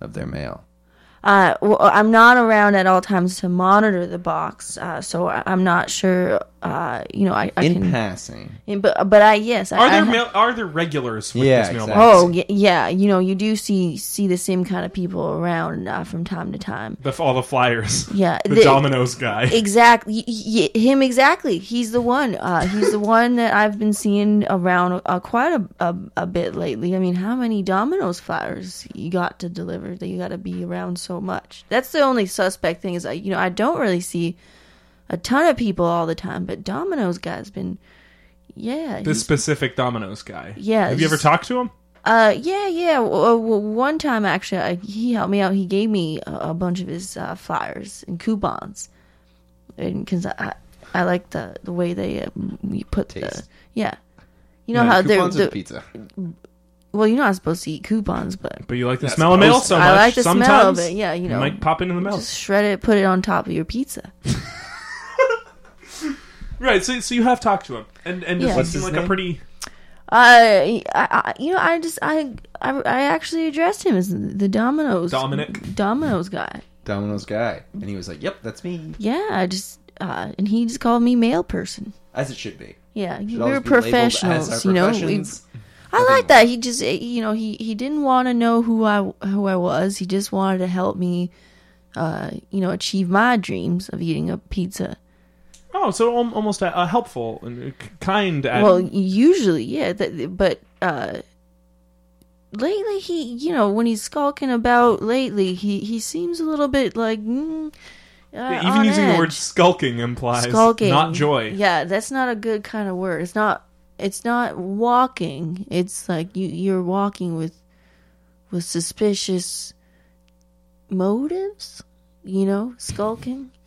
Speaker 2: of their mail?
Speaker 3: uh, well, I'm not around at all times to monitor the box, uh, so I, I'm not sure. Uh, you know, I, I
Speaker 2: In
Speaker 3: can,
Speaker 2: passing.
Speaker 3: in- but but I yes, I,
Speaker 1: Are
Speaker 3: I
Speaker 1: there
Speaker 3: ha-
Speaker 1: mail- are there regulars with
Speaker 2: Yeah,
Speaker 1: this mailbox?
Speaker 2: exactly.
Speaker 3: Oh y- yeah, you know you do see see the same kind of people around uh, from time to time.
Speaker 1: The, all the flyers.
Speaker 3: Yeah,
Speaker 1: the,
Speaker 3: the-
Speaker 1: Domino's guy.
Speaker 3: Exactly, y- y- him exactly. He's the one. Uh, he's the one that I've been seeing around uh, quite a, a a bit lately. I mean, how many Domino's flyers you got to deliver that you got to be around so much? That's the only suspect thing is I you know I don't really see a ton of people all the time, but Domino's guy's been yeah
Speaker 1: this
Speaker 3: he's-
Speaker 1: specific Domino's guy.
Speaker 3: Yeah,
Speaker 1: Have you ever
Speaker 3: just-
Speaker 1: talked to him?
Speaker 3: Uh, yeah, yeah. W- uh, w- one time, actually, I, he helped me out. He gave me a, a bunch of his uh, flyers and coupons, and because I, I, I like the the way they uh, you put the
Speaker 2: Taste.
Speaker 3: yeah. You know
Speaker 2: No,
Speaker 3: how they're
Speaker 2: coupons or
Speaker 3: the,
Speaker 2: pizza.
Speaker 3: well, you're not supposed to eat coupons, but
Speaker 1: But you like the smell of mail
Speaker 2: gross.
Speaker 1: so much.
Speaker 3: I like the
Speaker 1: Sometimes
Speaker 3: smell of it. Yeah, you know,
Speaker 1: might pop into the mail.
Speaker 3: just shred it, put it on top of your pizza.
Speaker 1: Right. So, so you have talked to him, and and does
Speaker 3: Yeah.
Speaker 1: he
Speaker 3: What's
Speaker 1: seem
Speaker 2: his
Speaker 1: like a
Speaker 2: name?
Speaker 1: pretty?
Speaker 3: Uh, I, I, I- you know, I just I, I, I actually addressed him as the Domino's
Speaker 1: Dominic.
Speaker 3: Domino's guy.
Speaker 2: Domino's guy. And he was like, yep, that's me.
Speaker 3: Yeah, I just uh, and he just called me mail person.
Speaker 2: As it should be.
Speaker 3: Yeah, you-
Speaker 2: Should
Speaker 3: we
Speaker 2: always
Speaker 3: were
Speaker 2: be labeled as our
Speaker 3: professionals, you know. We,
Speaker 2: professions.
Speaker 3: I like that. He just, eh, you know, he he didn't want to know who I who I was. He just wanted to help me, uh, you know, achieve my dreams of eating a pizza.
Speaker 1: Oh, so al- almost a, a helpful and uh, kind. At,
Speaker 3: well, usually, yeah, that, but uh, lately he, you know, when he's skulking about lately, he he seems a little bit like mm, uh,
Speaker 1: even
Speaker 3: on
Speaker 1: using the word
Speaker 3: edge.
Speaker 1: skulking implies
Speaker 3: skulking,
Speaker 1: not joy.
Speaker 3: Yeah, that's not a good kind of word. It's not. It's not walking. It's like you you're walking with with suspicious motives. You know, skulking.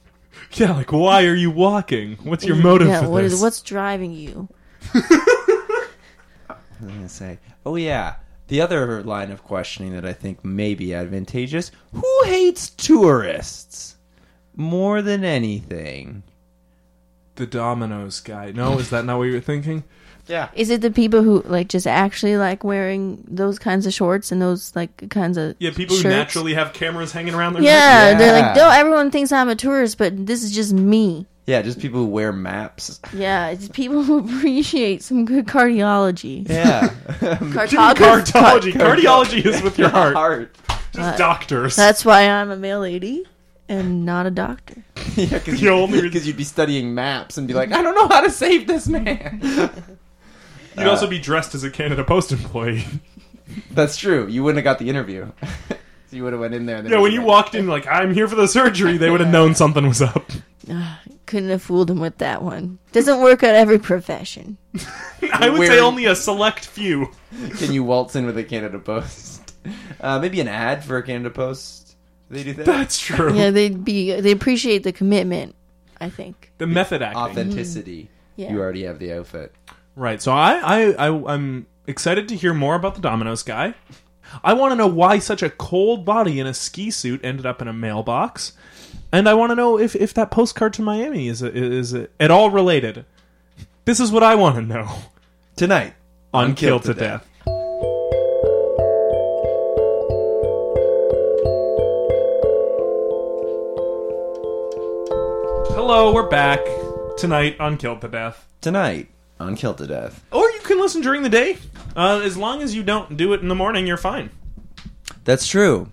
Speaker 1: Yeah, like why are you walking? What's your motive
Speaker 3: Yeah.
Speaker 1: for
Speaker 3: What
Speaker 1: this?
Speaker 3: is what's driving you?
Speaker 2: was I gonna say? Oh yeah. The other line of questioning that I think may be advantageous: Who hates tourists more than anything?
Speaker 1: The Domino's guy. No, is that not what you were thinking?
Speaker 2: Yeah.
Speaker 3: Is it the people who like just actually like wearing those kinds of shorts and those like kinds of
Speaker 1: Yeah, people who
Speaker 3: shirts?
Speaker 1: naturally have cameras hanging around their neck.
Speaker 3: Yeah, they're like,
Speaker 2: Yeah.
Speaker 3: no, everyone thinks I'm a tourist, but this is just me.
Speaker 2: Yeah, just people who wear maps.
Speaker 3: Yeah, it's people who appreciate some good cardiology.
Speaker 2: Yeah.
Speaker 3: Cartography.
Speaker 1: Cardiology. Cardiology is with your heart.
Speaker 2: Heart.
Speaker 1: Just doctors.
Speaker 3: That's why I'm a male lady and not a doctor.
Speaker 2: Yeah, because
Speaker 1: The only reason-
Speaker 2: you'd be studying maps and be like, I don't know how to save this man.
Speaker 1: You'd also be dressed as a Canada Post employee.
Speaker 2: That's true. You wouldn't have got the interview. so you would have went in there. And
Speaker 1: yeah, when you walked in like, I'm here for the surgery, they would have known something was up.
Speaker 3: Couldn't have fooled him with that one. Doesn't work at every profession.
Speaker 1: I would say
Speaker 2: Wearing-
Speaker 1: only a select few.
Speaker 2: can you waltz in with a Canada Post? Uh, maybe an ad for a Canada Post. Do they do that?
Speaker 1: That's true.
Speaker 3: Yeah, they'd be they appreciate the commitment, I think.
Speaker 1: The method acting.
Speaker 2: Authenticity.
Speaker 3: Yeah.
Speaker 2: You already have the outfit.
Speaker 1: Right. So I, I, I I'm excited to hear more about the Domino's guy. I want to know why such a cold body in a ski suit ended up in a mailbox, and I want to know if, if that postcard to Miami is a, is a, at all related. This is what I want to know
Speaker 2: Tonight.
Speaker 1: on Kill to Death. Hello, we're back tonight on Killed to Death.
Speaker 2: Tonight on Kill to Death.
Speaker 1: Or you can listen during the day. Uh, as long as you don't do it in the morning, you're fine.
Speaker 2: That's true.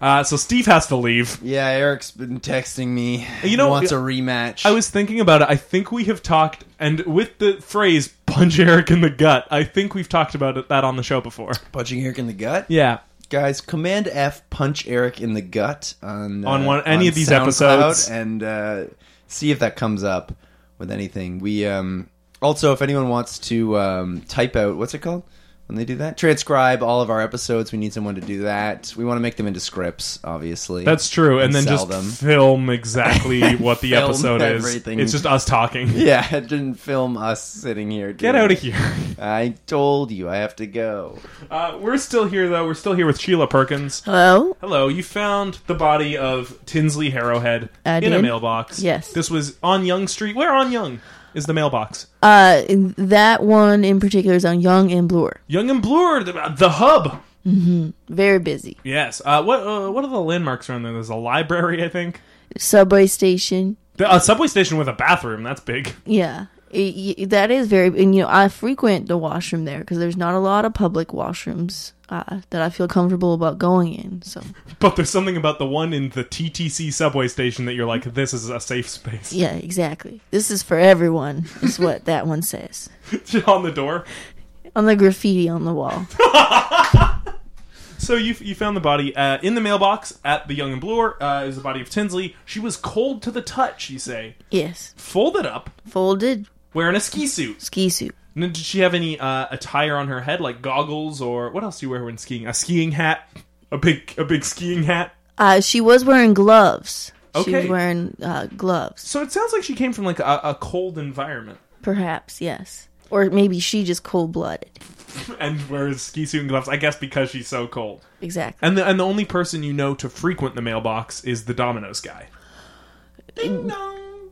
Speaker 1: Uh, so Steve has to leave.
Speaker 2: Yeah, Eric's been texting me.
Speaker 1: You know,
Speaker 2: wants a rematch.
Speaker 1: I was thinking about it. I think we have talked, and with the phrase "punch Eric in the gut," I think we've talked about it, that on the show before.
Speaker 2: punching Eric in the gut.
Speaker 1: Yeah,
Speaker 2: guys command f punch eric in the gut on uh,
Speaker 1: On one- any of these
Speaker 2: SoundCloud
Speaker 1: episodes.
Speaker 2: and uh, see if that comes up with anything we um also if anyone wants to um type out what's it called when they do that transcribe all of our episodes we need someone to do that we want to make them into scripts obviously
Speaker 1: that's true. And, then
Speaker 2: sell
Speaker 1: just
Speaker 2: them.
Speaker 1: film exactly what the
Speaker 2: Film
Speaker 1: episode
Speaker 2: everything.
Speaker 1: is. It's just us talking.
Speaker 2: yeah it didn't film us sitting here
Speaker 1: Get out of here.
Speaker 2: i told you i have to go
Speaker 1: Uh, we're still here though. We're still here with Sheila Perkins.
Speaker 3: Hello?
Speaker 1: Hello, you found the body of Tinsley Harrowhead
Speaker 3: I
Speaker 1: in a
Speaker 3: did.
Speaker 1: mailbox.
Speaker 3: Yes.
Speaker 1: This was on Young Street. Where on Young is the mailbox?
Speaker 3: Uh that one in particular is on Young and Bloor.
Speaker 1: Young and Bloor, the, the hub.
Speaker 3: Very busy.
Speaker 1: Yes. Uh, what uh, what are the landmarks around there? There's a library, I think.
Speaker 3: Subway station.
Speaker 1: The, a subway station with a bathroom. That's big.
Speaker 3: Yeah. It- y- that is very and you know I frequent the washroom there because there's not a lot of public washrooms uh, that I feel comfortable about going in. So
Speaker 1: But there's something about the one in the TTC subway station that you're like, this is a safe space.
Speaker 3: yeah, exactly. This is for everyone, is what that one says
Speaker 1: on the door.
Speaker 3: on the graffiti on the wall.
Speaker 1: So you, you found the body uh, in the mailbox at the Young and Bloor. Uh, is the body of Tinsley. She was cold to the touch, you say.
Speaker 3: Yes,
Speaker 1: Folded up,
Speaker 3: folded
Speaker 1: wearing a ski suit.
Speaker 3: ski suit.
Speaker 1: N- Did she have any uh, attire on her head, like goggles or what else do you wear when skiing? A skiing hat, a big a big skiing hat.
Speaker 3: Uh, she was wearing gloves. She
Speaker 1: Okay.
Speaker 3: was wearing uh, gloves,
Speaker 1: So it sounds like she came from like a, a cold environment
Speaker 3: perhaps. Yes, or maybe she just cold blooded.
Speaker 1: and wears ski suit and gloves. I guess because she's so cold.
Speaker 3: Exactly.
Speaker 1: And the and the only person you know to frequent the mailbox is the Domino's guy. Ding dong.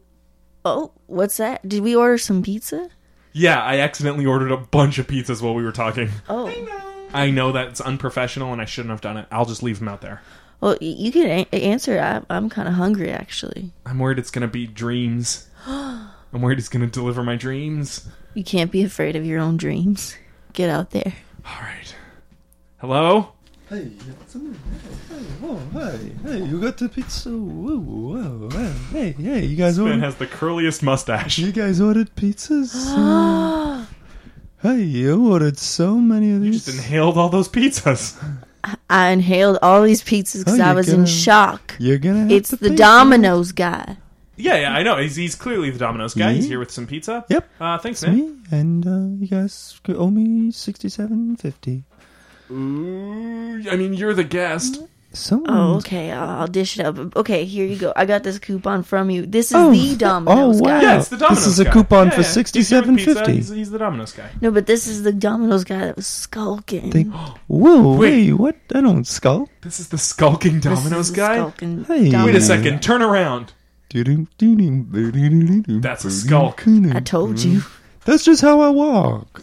Speaker 3: Oh, what's that? Did we order some pizza?
Speaker 1: Yeah, I accidentally ordered a bunch of pizzas while we were talking.
Speaker 3: Oh.
Speaker 1: I know that's unprofessional and I shouldn't have done it. I'll just leave them out there.
Speaker 3: Well, y- you can a- answer. I- I'm kind of hungry, actually.
Speaker 1: I'm worried it's gonna be dreams. I'm worried it's gonna deliver my dreams.
Speaker 3: You can't be afraid of your own dreams. Get out there.
Speaker 1: All right. Hello.
Speaker 4: Hey, it's me. Hey, whoa, hey, hey, you got the pizza? Whoa, whoa, wow. hey, hey, you guys
Speaker 1: Ben
Speaker 4: ordered,
Speaker 1: has the curliest mustache.
Speaker 4: you guys ordered pizzas? hey, you ordered so many of
Speaker 1: You
Speaker 4: these.
Speaker 1: just inhaled all those pizzas.
Speaker 3: I inhaled all these pizzas because
Speaker 4: Oh,
Speaker 3: I
Speaker 4: you
Speaker 3: was in
Speaker 4: gonna-
Speaker 3: shock.
Speaker 4: You're gonna have
Speaker 3: It's
Speaker 4: to
Speaker 3: the
Speaker 4: pay for
Speaker 3: Domino's guy.
Speaker 1: Yeah, yeah, I know. He's, he's clearly the Domino's guy. He's
Speaker 4: Me?
Speaker 1: here with some pizza.
Speaker 4: Yep.
Speaker 1: Uh, thanks,
Speaker 4: it.
Speaker 1: man.
Speaker 4: me, and uh, you guys could owe me sixty-seven fifty.
Speaker 1: Ooh, I mean, you're the guest.
Speaker 2: So
Speaker 4: Mm.
Speaker 3: Oh, okay. I'll, I'll dish it up. Okay, here you go. I got this coupon from you. This is
Speaker 4: Oh,
Speaker 3: the Domino's
Speaker 4: oh, wow.
Speaker 3: guy.
Speaker 1: Yeah, it's the Domino's
Speaker 4: This is a
Speaker 1: guy.
Speaker 4: coupon
Speaker 1: Yeah,
Speaker 4: for
Speaker 1: yeah. He's here with pizza.
Speaker 4: $67.50.
Speaker 1: He's, he's the Domino's guy.
Speaker 3: No, but this is the Domino's guy that was skulking.
Speaker 4: They, whoa,
Speaker 1: Wait.
Speaker 4: hey, what? I don't skull.
Speaker 1: This is the skulking
Speaker 3: This is
Speaker 1: Domino's
Speaker 3: the
Speaker 1: guy.
Speaker 3: skulking
Speaker 4: Hey.
Speaker 3: Domino's
Speaker 1: Wait a
Speaker 3: guy.
Speaker 1: second. Turn around.
Speaker 4: That's
Speaker 1: That's a skulk.
Speaker 3: I told you.
Speaker 4: Mm. That's just how I walk.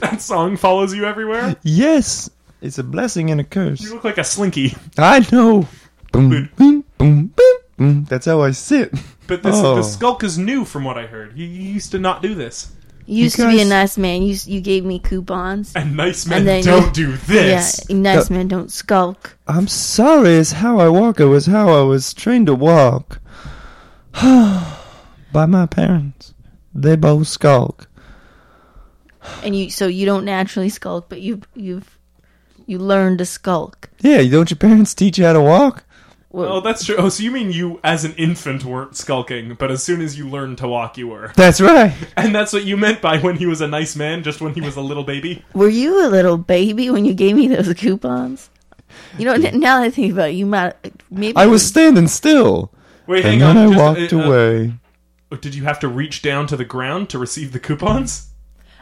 Speaker 1: That song follows you everywhere.
Speaker 4: Yes, it's a blessing and a curse.
Speaker 1: You look like a slinky.
Speaker 4: I know. Boom, boom, boom, boom, boom. That's how I sit.
Speaker 1: But this
Speaker 4: Oh.
Speaker 1: the skulk is new from what I heard. You, you used to not do this.
Speaker 3: You used to be a
Speaker 4: guys-
Speaker 3: nice man. You s- you gave me coupons.
Speaker 1: And nice men
Speaker 3: then
Speaker 1: don't
Speaker 3: you-
Speaker 1: do this.
Speaker 3: Yeah, nice
Speaker 4: The-
Speaker 3: man, don't skulk.
Speaker 4: I'm sorry, it's how I walk. It was how I was trained to walk. By my parents. They both skulk.
Speaker 3: And you, so you don't naturally skulk, but you you've you learn to skulk.
Speaker 4: Yeah, don't your parents teach you how to walk?
Speaker 1: Oh,
Speaker 3: Well,
Speaker 1: that's true. Oh, so you mean you, as an infant, weren't skulking, but as soon as you learned to walk, you were.
Speaker 4: That's right.
Speaker 1: And that's what you meant by when he was a nice man, just when he was a little baby?
Speaker 3: were you a little baby when you gave me those coupons? You know, n- now that I think about it, you might maybe
Speaker 4: I was standing still.
Speaker 1: Wait,
Speaker 4: And
Speaker 1: hang on.
Speaker 4: then I
Speaker 1: just,
Speaker 4: walked
Speaker 1: uh, uh,
Speaker 4: away.
Speaker 1: Did you have to reach down to the ground to receive the coupons?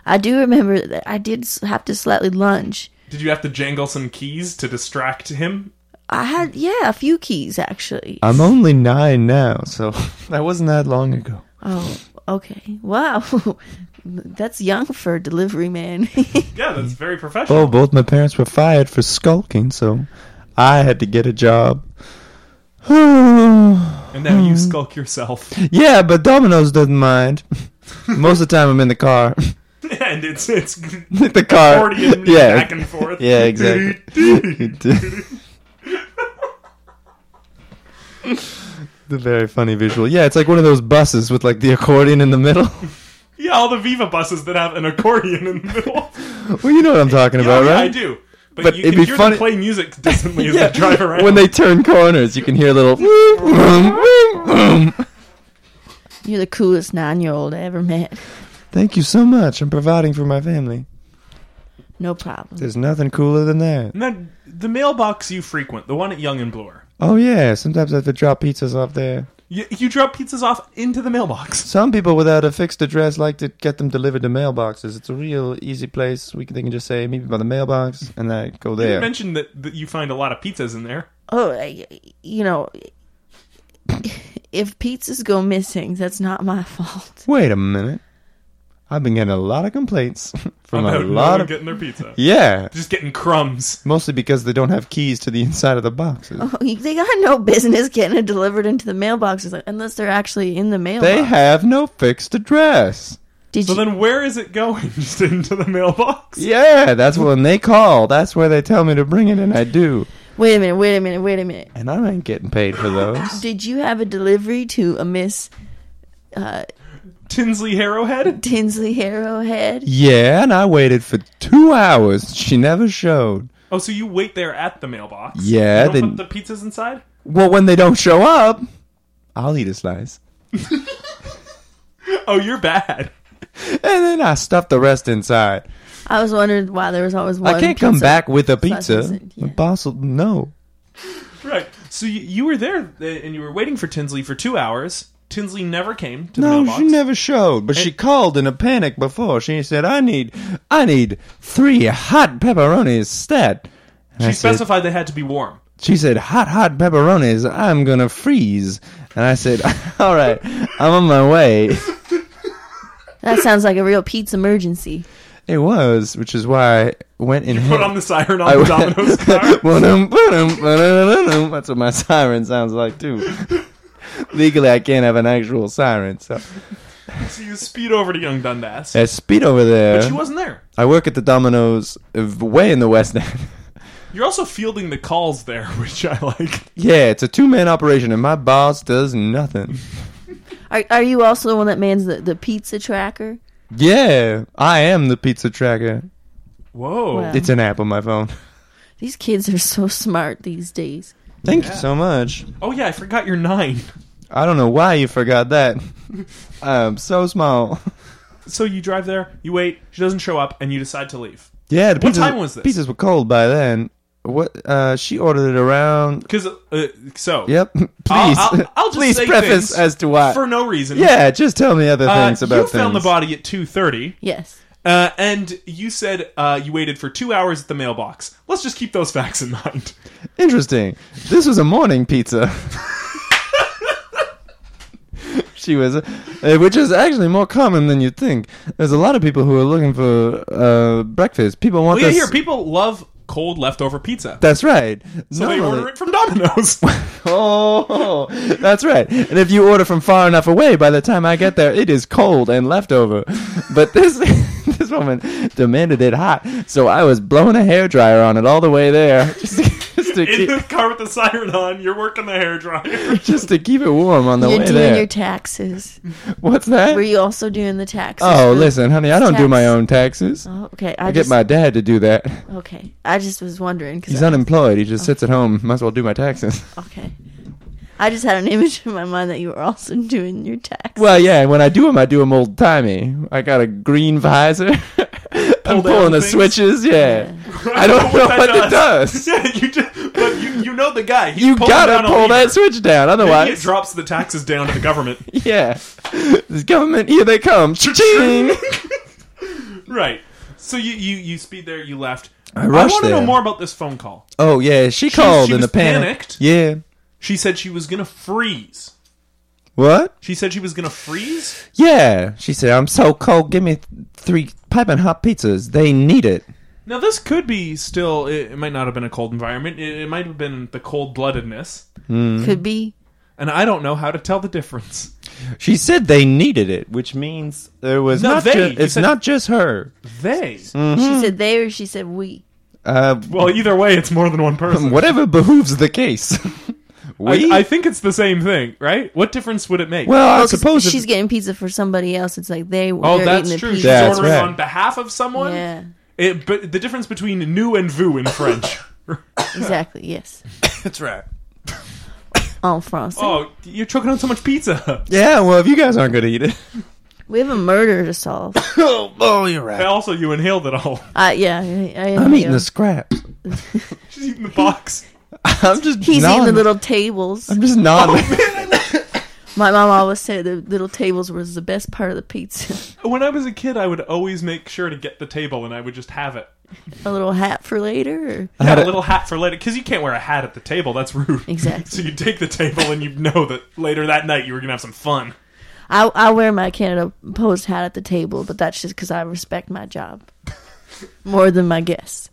Speaker 3: I do remember that I did s- have to slightly lunge.
Speaker 1: Did you have to jangle some keys to distract him?
Speaker 3: I had yeah, a few keys actually.
Speaker 1: Um,
Speaker 4: I'm only nine now, so that wasn't that long ago.
Speaker 3: Oh, okay. Wow. That's young for a delivery man.
Speaker 1: Yeah, that's very professional.
Speaker 4: Oh, both my parents were fired for skulking, so I had to get a job. Oh.
Speaker 1: And now you skulk yourself.
Speaker 4: yeah, but Domino's doesn't mind. Most of the time, I'm in the car.
Speaker 1: and it's it's
Speaker 4: the car.
Speaker 1: accordion
Speaker 4: yeah,
Speaker 1: back and forth.
Speaker 4: yeah, exactly. the very funny visual. Yeah, it's like one of those buses with like the accordion in the middle.
Speaker 1: Yeah, all the Viva buses that have an accordion in the middle.
Speaker 4: well, you know what I'm talking
Speaker 1: Yeah,
Speaker 4: about,
Speaker 1: yeah,
Speaker 4: right?
Speaker 1: I do. But,
Speaker 4: But
Speaker 1: you
Speaker 4: it'd
Speaker 1: can
Speaker 4: be
Speaker 1: hear
Speaker 4: funny-
Speaker 1: them play music distantly as
Speaker 4: Yeah,
Speaker 1: they drive around.
Speaker 4: When they turn corners, you can hear little.
Speaker 3: You're the coolest nine year old I ever met.
Speaker 4: Thank you so much. I'm providing for my family.
Speaker 3: No problem.
Speaker 4: There's nothing cooler than that.
Speaker 1: And then the mailbox you frequent, the one at Young and Bloor.
Speaker 4: Oh yeah, sometimes I have to drop pizzas off there.
Speaker 1: You, you drop pizzas off into the mailbox.
Speaker 4: Some people without a fixed address like to get them delivered to mailboxes. It's a real easy place. We can, they can just say meet me by the mailbox, and I go
Speaker 1: You
Speaker 4: there.
Speaker 1: mentioned that, that you find a lot of pizzas in there.
Speaker 3: Oh, I- you know, if pizzas go missing, that's not my fault.
Speaker 4: Wait a minute. I've been getting a lot of complaints from
Speaker 1: about
Speaker 4: a
Speaker 1: no
Speaker 4: lot
Speaker 1: one
Speaker 4: of
Speaker 1: getting their pizza.
Speaker 4: yeah,
Speaker 1: Just getting crumbs.
Speaker 4: mostly because they don't have keys to the inside of the boxes.
Speaker 3: Oh, you- They got no business getting it delivered into the mailboxes unless they're actually in the mailbox.
Speaker 4: They have no fixed address.
Speaker 3: Did
Speaker 1: So
Speaker 3: you?
Speaker 1: then where is it going? Just into the mailbox?
Speaker 4: Yeah, that's when they call. That's where they tell me to bring it, and I do.
Speaker 3: Wait a minute. Wait a minute. Wait a minute.
Speaker 4: And I ain't getting paid for those.
Speaker 3: Did you have a delivery to a Miss uh,
Speaker 1: Tinsley Harrowhead?
Speaker 3: Tinsley Harrowhead?
Speaker 4: Yeah, and I waited for two hours. She never showed.
Speaker 1: Oh, so you wait there at the mailbox? You
Speaker 4: Yeah,
Speaker 1: don't
Speaker 4: then-
Speaker 1: put the pizzas inside?
Speaker 4: Well, when they don't show up, I'll eat a slice.
Speaker 1: Oh, you're bad.
Speaker 4: And then I stuff the rest inside.
Speaker 3: I was wondering why there was always one.
Speaker 4: I can't come
Speaker 3: pizza.
Speaker 4: back with a
Speaker 3: Slice
Speaker 4: pizza.
Speaker 3: isn't- yeah.
Speaker 4: The boss will, no.
Speaker 1: Right. So you, you were there uh, and you were waiting for Tinsley for two hours. Tinsley never came to the
Speaker 4: No,
Speaker 1: mailbox.
Speaker 4: she never showed, but she called in a panic before. She said, I need, I need three hot pepperonis stat. And I
Speaker 1: She
Speaker 4: said-
Speaker 1: specified they had to be warm.
Speaker 4: She said, "Hot, hot pepperonis. I'm gonna freeze." And I said, "All right, I'm on my way."
Speaker 3: That sounds like a real pizza emergency.
Speaker 4: It was, which is why I went in.
Speaker 1: Put on the siren on
Speaker 4: I
Speaker 1: the
Speaker 4: went-
Speaker 1: Domino's car.
Speaker 4: Ba-dum, ba-dum, ba-dum, That's what my siren sounds like too. Legally, I can't have an actual siren, so
Speaker 1: So you speed over to Young Dundas.
Speaker 4: I speed over there.
Speaker 1: But she wasn't there.
Speaker 4: I work at the Domino's uh, way in the West End.
Speaker 1: You're also fielding the calls there, which I like.
Speaker 4: yeah, it's a two-man operation, and my boss does nothing.
Speaker 3: Are Are you also the one that mans the, the pizza tracker?
Speaker 4: Yeah, I am the pizza tracker.
Speaker 1: Whoa.
Speaker 3: Wow.
Speaker 4: It's an app on my phone.
Speaker 3: These kids are so smart these days.
Speaker 4: Thank you so much.
Speaker 1: Oh yeah, I forgot you're nine.
Speaker 4: I don't know why you forgot that. I'm so small.
Speaker 1: So you drive there, you wait, she doesn't show up, and you decide to leave.
Speaker 4: Yeah, the
Speaker 1: What
Speaker 4: pizzas,
Speaker 1: time was this?
Speaker 4: Pizzas were cold by then. what uh, she ordered it around.
Speaker 1: Because uh, so
Speaker 4: Yep. Please,
Speaker 1: I'll, I'll, I'll just
Speaker 4: please
Speaker 1: say
Speaker 4: preface
Speaker 1: things
Speaker 4: as to why.
Speaker 1: for no reason.
Speaker 4: yeah, just tell me other
Speaker 1: Uh,
Speaker 4: things about
Speaker 1: you
Speaker 4: things.
Speaker 1: found the body at two thirty,
Speaker 3: Yes.
Speaker 1: uh, and you said uh, you waited for two hours at the mailbox. Let's just keep those facts in mind.
Speaker 4: Interesting. This was a morning pizza. she was, uh, which is actually more common than you'd think. There's a lot of people who are looking for uh, breakfast. People want
Speaker 1: Well, yeah,
Speaker 4: this.
Speaker 1: here people love cold leftover pizza,
Speaker 4: that's right.
Speaker 1: so they
Speaker 4: Normally-
Speaker 1: order it from Domino's.
Speaker 4: Oh, that's right. And if you order from far enough away, by the time I get there, it is cold and leftover. But this this woman demanded it hot, so I was blowing a hairdryer on it all the way there, just to, just to,
Speaker 1: in
Speaker 4: keep,
Speaker 1: the car with the siren on, you're working the hairdryer.
Speaker 4: just to keep it warm on the
Speaker 3: You're
Speaker 4: way
Speaker 3: doing
Speaker 4: there.
Speaker 3: your taxes.
Speaker 4: What's that?
Speaker 3: Were you also doing the taxes?
Speaker 4: Oh,
Speaker 3: for-
Speaker 4: listen, honey, I don't do my
Speaker 3: Tax.
Speaker 4: own taxes.
Speaker 3: Oh, okay.
Speaker 4: I
Speaker 3: I
Speaker 4: get
Speaker 3: just,
Speaker 4: my dad to do that.
Speaker 3: Okay. I just was wondering because
Speaker 4: He's unemployed. He
Speaker 3: Oh.
Speaker 4: just sits at home. Might as well do my taxes.
Speaker 3: Okay. I just had an image in my mind that you were also doing your tax.
Speaker 4: Well, yeah, when I do them, I do them old timey. I got a green visor. I'm
Speaker 1: Mm. Pull down
Speaker 4: pulling the
Speaker 1: things?
Speaker 4: switches. Yeah, I
Speaker 1: don't
Speaker 4: don't
Speaker 1: know
Speaker 4: know
Speaker 1: what
Speaker 4: what
Speaker 1: that
Speaker 4: it does.
Speaker 1: yeah, you just, but you, you know the guy. He's
Speaker 4: You
Speaker 1: pulling down
Speaker 4: gotta
Speaker 1: a
Speaker 4: pull
Speaker 1: lever.
Speaker 4: that switch down,
Speaker 1: Maybe it
Speaker 4: otherwise,
Speaker 1: drops the taxes down to the government.
Speaker 4: yeah. This government, here they come. Ching.
Speaker 1: right. So you, you you speed there. You left. I,
Speaker 4: rushed
Speaker 1: want to know
Speaker 4: there.
Speaker 1: more about this phone call.
Speaker 4: Oh yeah, she called
Speaker 1: she
Speaker 4: in
Speaker 1: was
Speaker 4: the panic.
Speaker 1: panicked.
Speaker 4: Yeah.
Speaker 1: She said she was gonna freeze.
Speaker 4: What?
Speaker 1: She said she was gonna freeze.
Speaker 4: Yeah. She said, "I'm so cold. Give me three piping hot pizzas. They need it."
Speaker 1: Now this could be still. It, it might not have been a cold environment. It, it might have been the cold bloodedness,
Speaker 3: Could be.
Speaker 1: and I don't know how to tell the difference.
Speaker 4: She said they needed it, which means there was
Speaker 1: No,
Speaker 4: not.
Speaker 1: they.
Speaker 4: ju-
Speaker 1: You
Speaker 4: it's
Speaker 1: said-
Speaker 4: not just her.
Speaker 1: They.
Speaker 4: Hmm. Mm-hmm.
Speaker 3: She said they or she said we.
Speaker 4: Uh,
Speaker 1: Well, either way, it's more than one person.
Speaker 4: whatever behooves the case. we.
Speaker 1: I, I think it's the same thing, right? What difference would it make?
Speaker 4: well, I
Speaker 3: Oh, 'cause
Speaker 4: suppose if-
Speaker 3: she's getting pizza for somebody else. It's like they were.
Speaker 1: oh,
Speaker 3: they're
Speaker 1: that's
Speaker 3: eating
Speaker 1: true.
Speaker 3: The
Speaker 1: She's
Speaker 3: pizza.
Speaker 4: That's
Speaker 1: ordering
Speaker 4: right.
Speaker 1: on behalf of someone.
Speaker 3: Yeah.
Speaker 1: It, but the difference between "nous" and vous in French.
Speaker 3: Exactly. Yes.
Speaker 1: that's right.
Speaker 3: En France.
Speaker 1: Oh, you're choking on so much pizza.
Speaker 4: yeah. Well, if you guys aren't going to eat it,
Speaker 3: We have a murder to solve.
Speaker 4: oh, oh, you're right.
Speaker 1: also, you inhaled it all.
Speaker 3: Uh, yeah. I, I,
Speaker 4: I'm eating the scraps.
Speaker 1: She's eating the box.
Speaker 4: I'm just.
Speaker 3: He's
Speaker 4: nodding.
Speaker 3: eating the little Oh, tables.
Speaker 4: I'm just nodding.
Speaker 3: My mom always said the little tables was the best part of the pizza.
Speaker 1: When I was a kid, I would always make sure to get the table, and I would just have it.
Speaker 3: a little hat for later.
Speaker 4: I
Speaker 1: I
Speaker 4: had
Speaker 1: had
Speaker 4: a-
Speaker 1: a little hat for later because you can't wear a hat at the table. That's rude.
Speaker 3: Exactly.
Speaker 1: so you take the table, and you know that later that night you were gonna have some fun.
Speaker 3: I I wear my Canada Post hat at the table, but that's just because I respect my job more than my guests.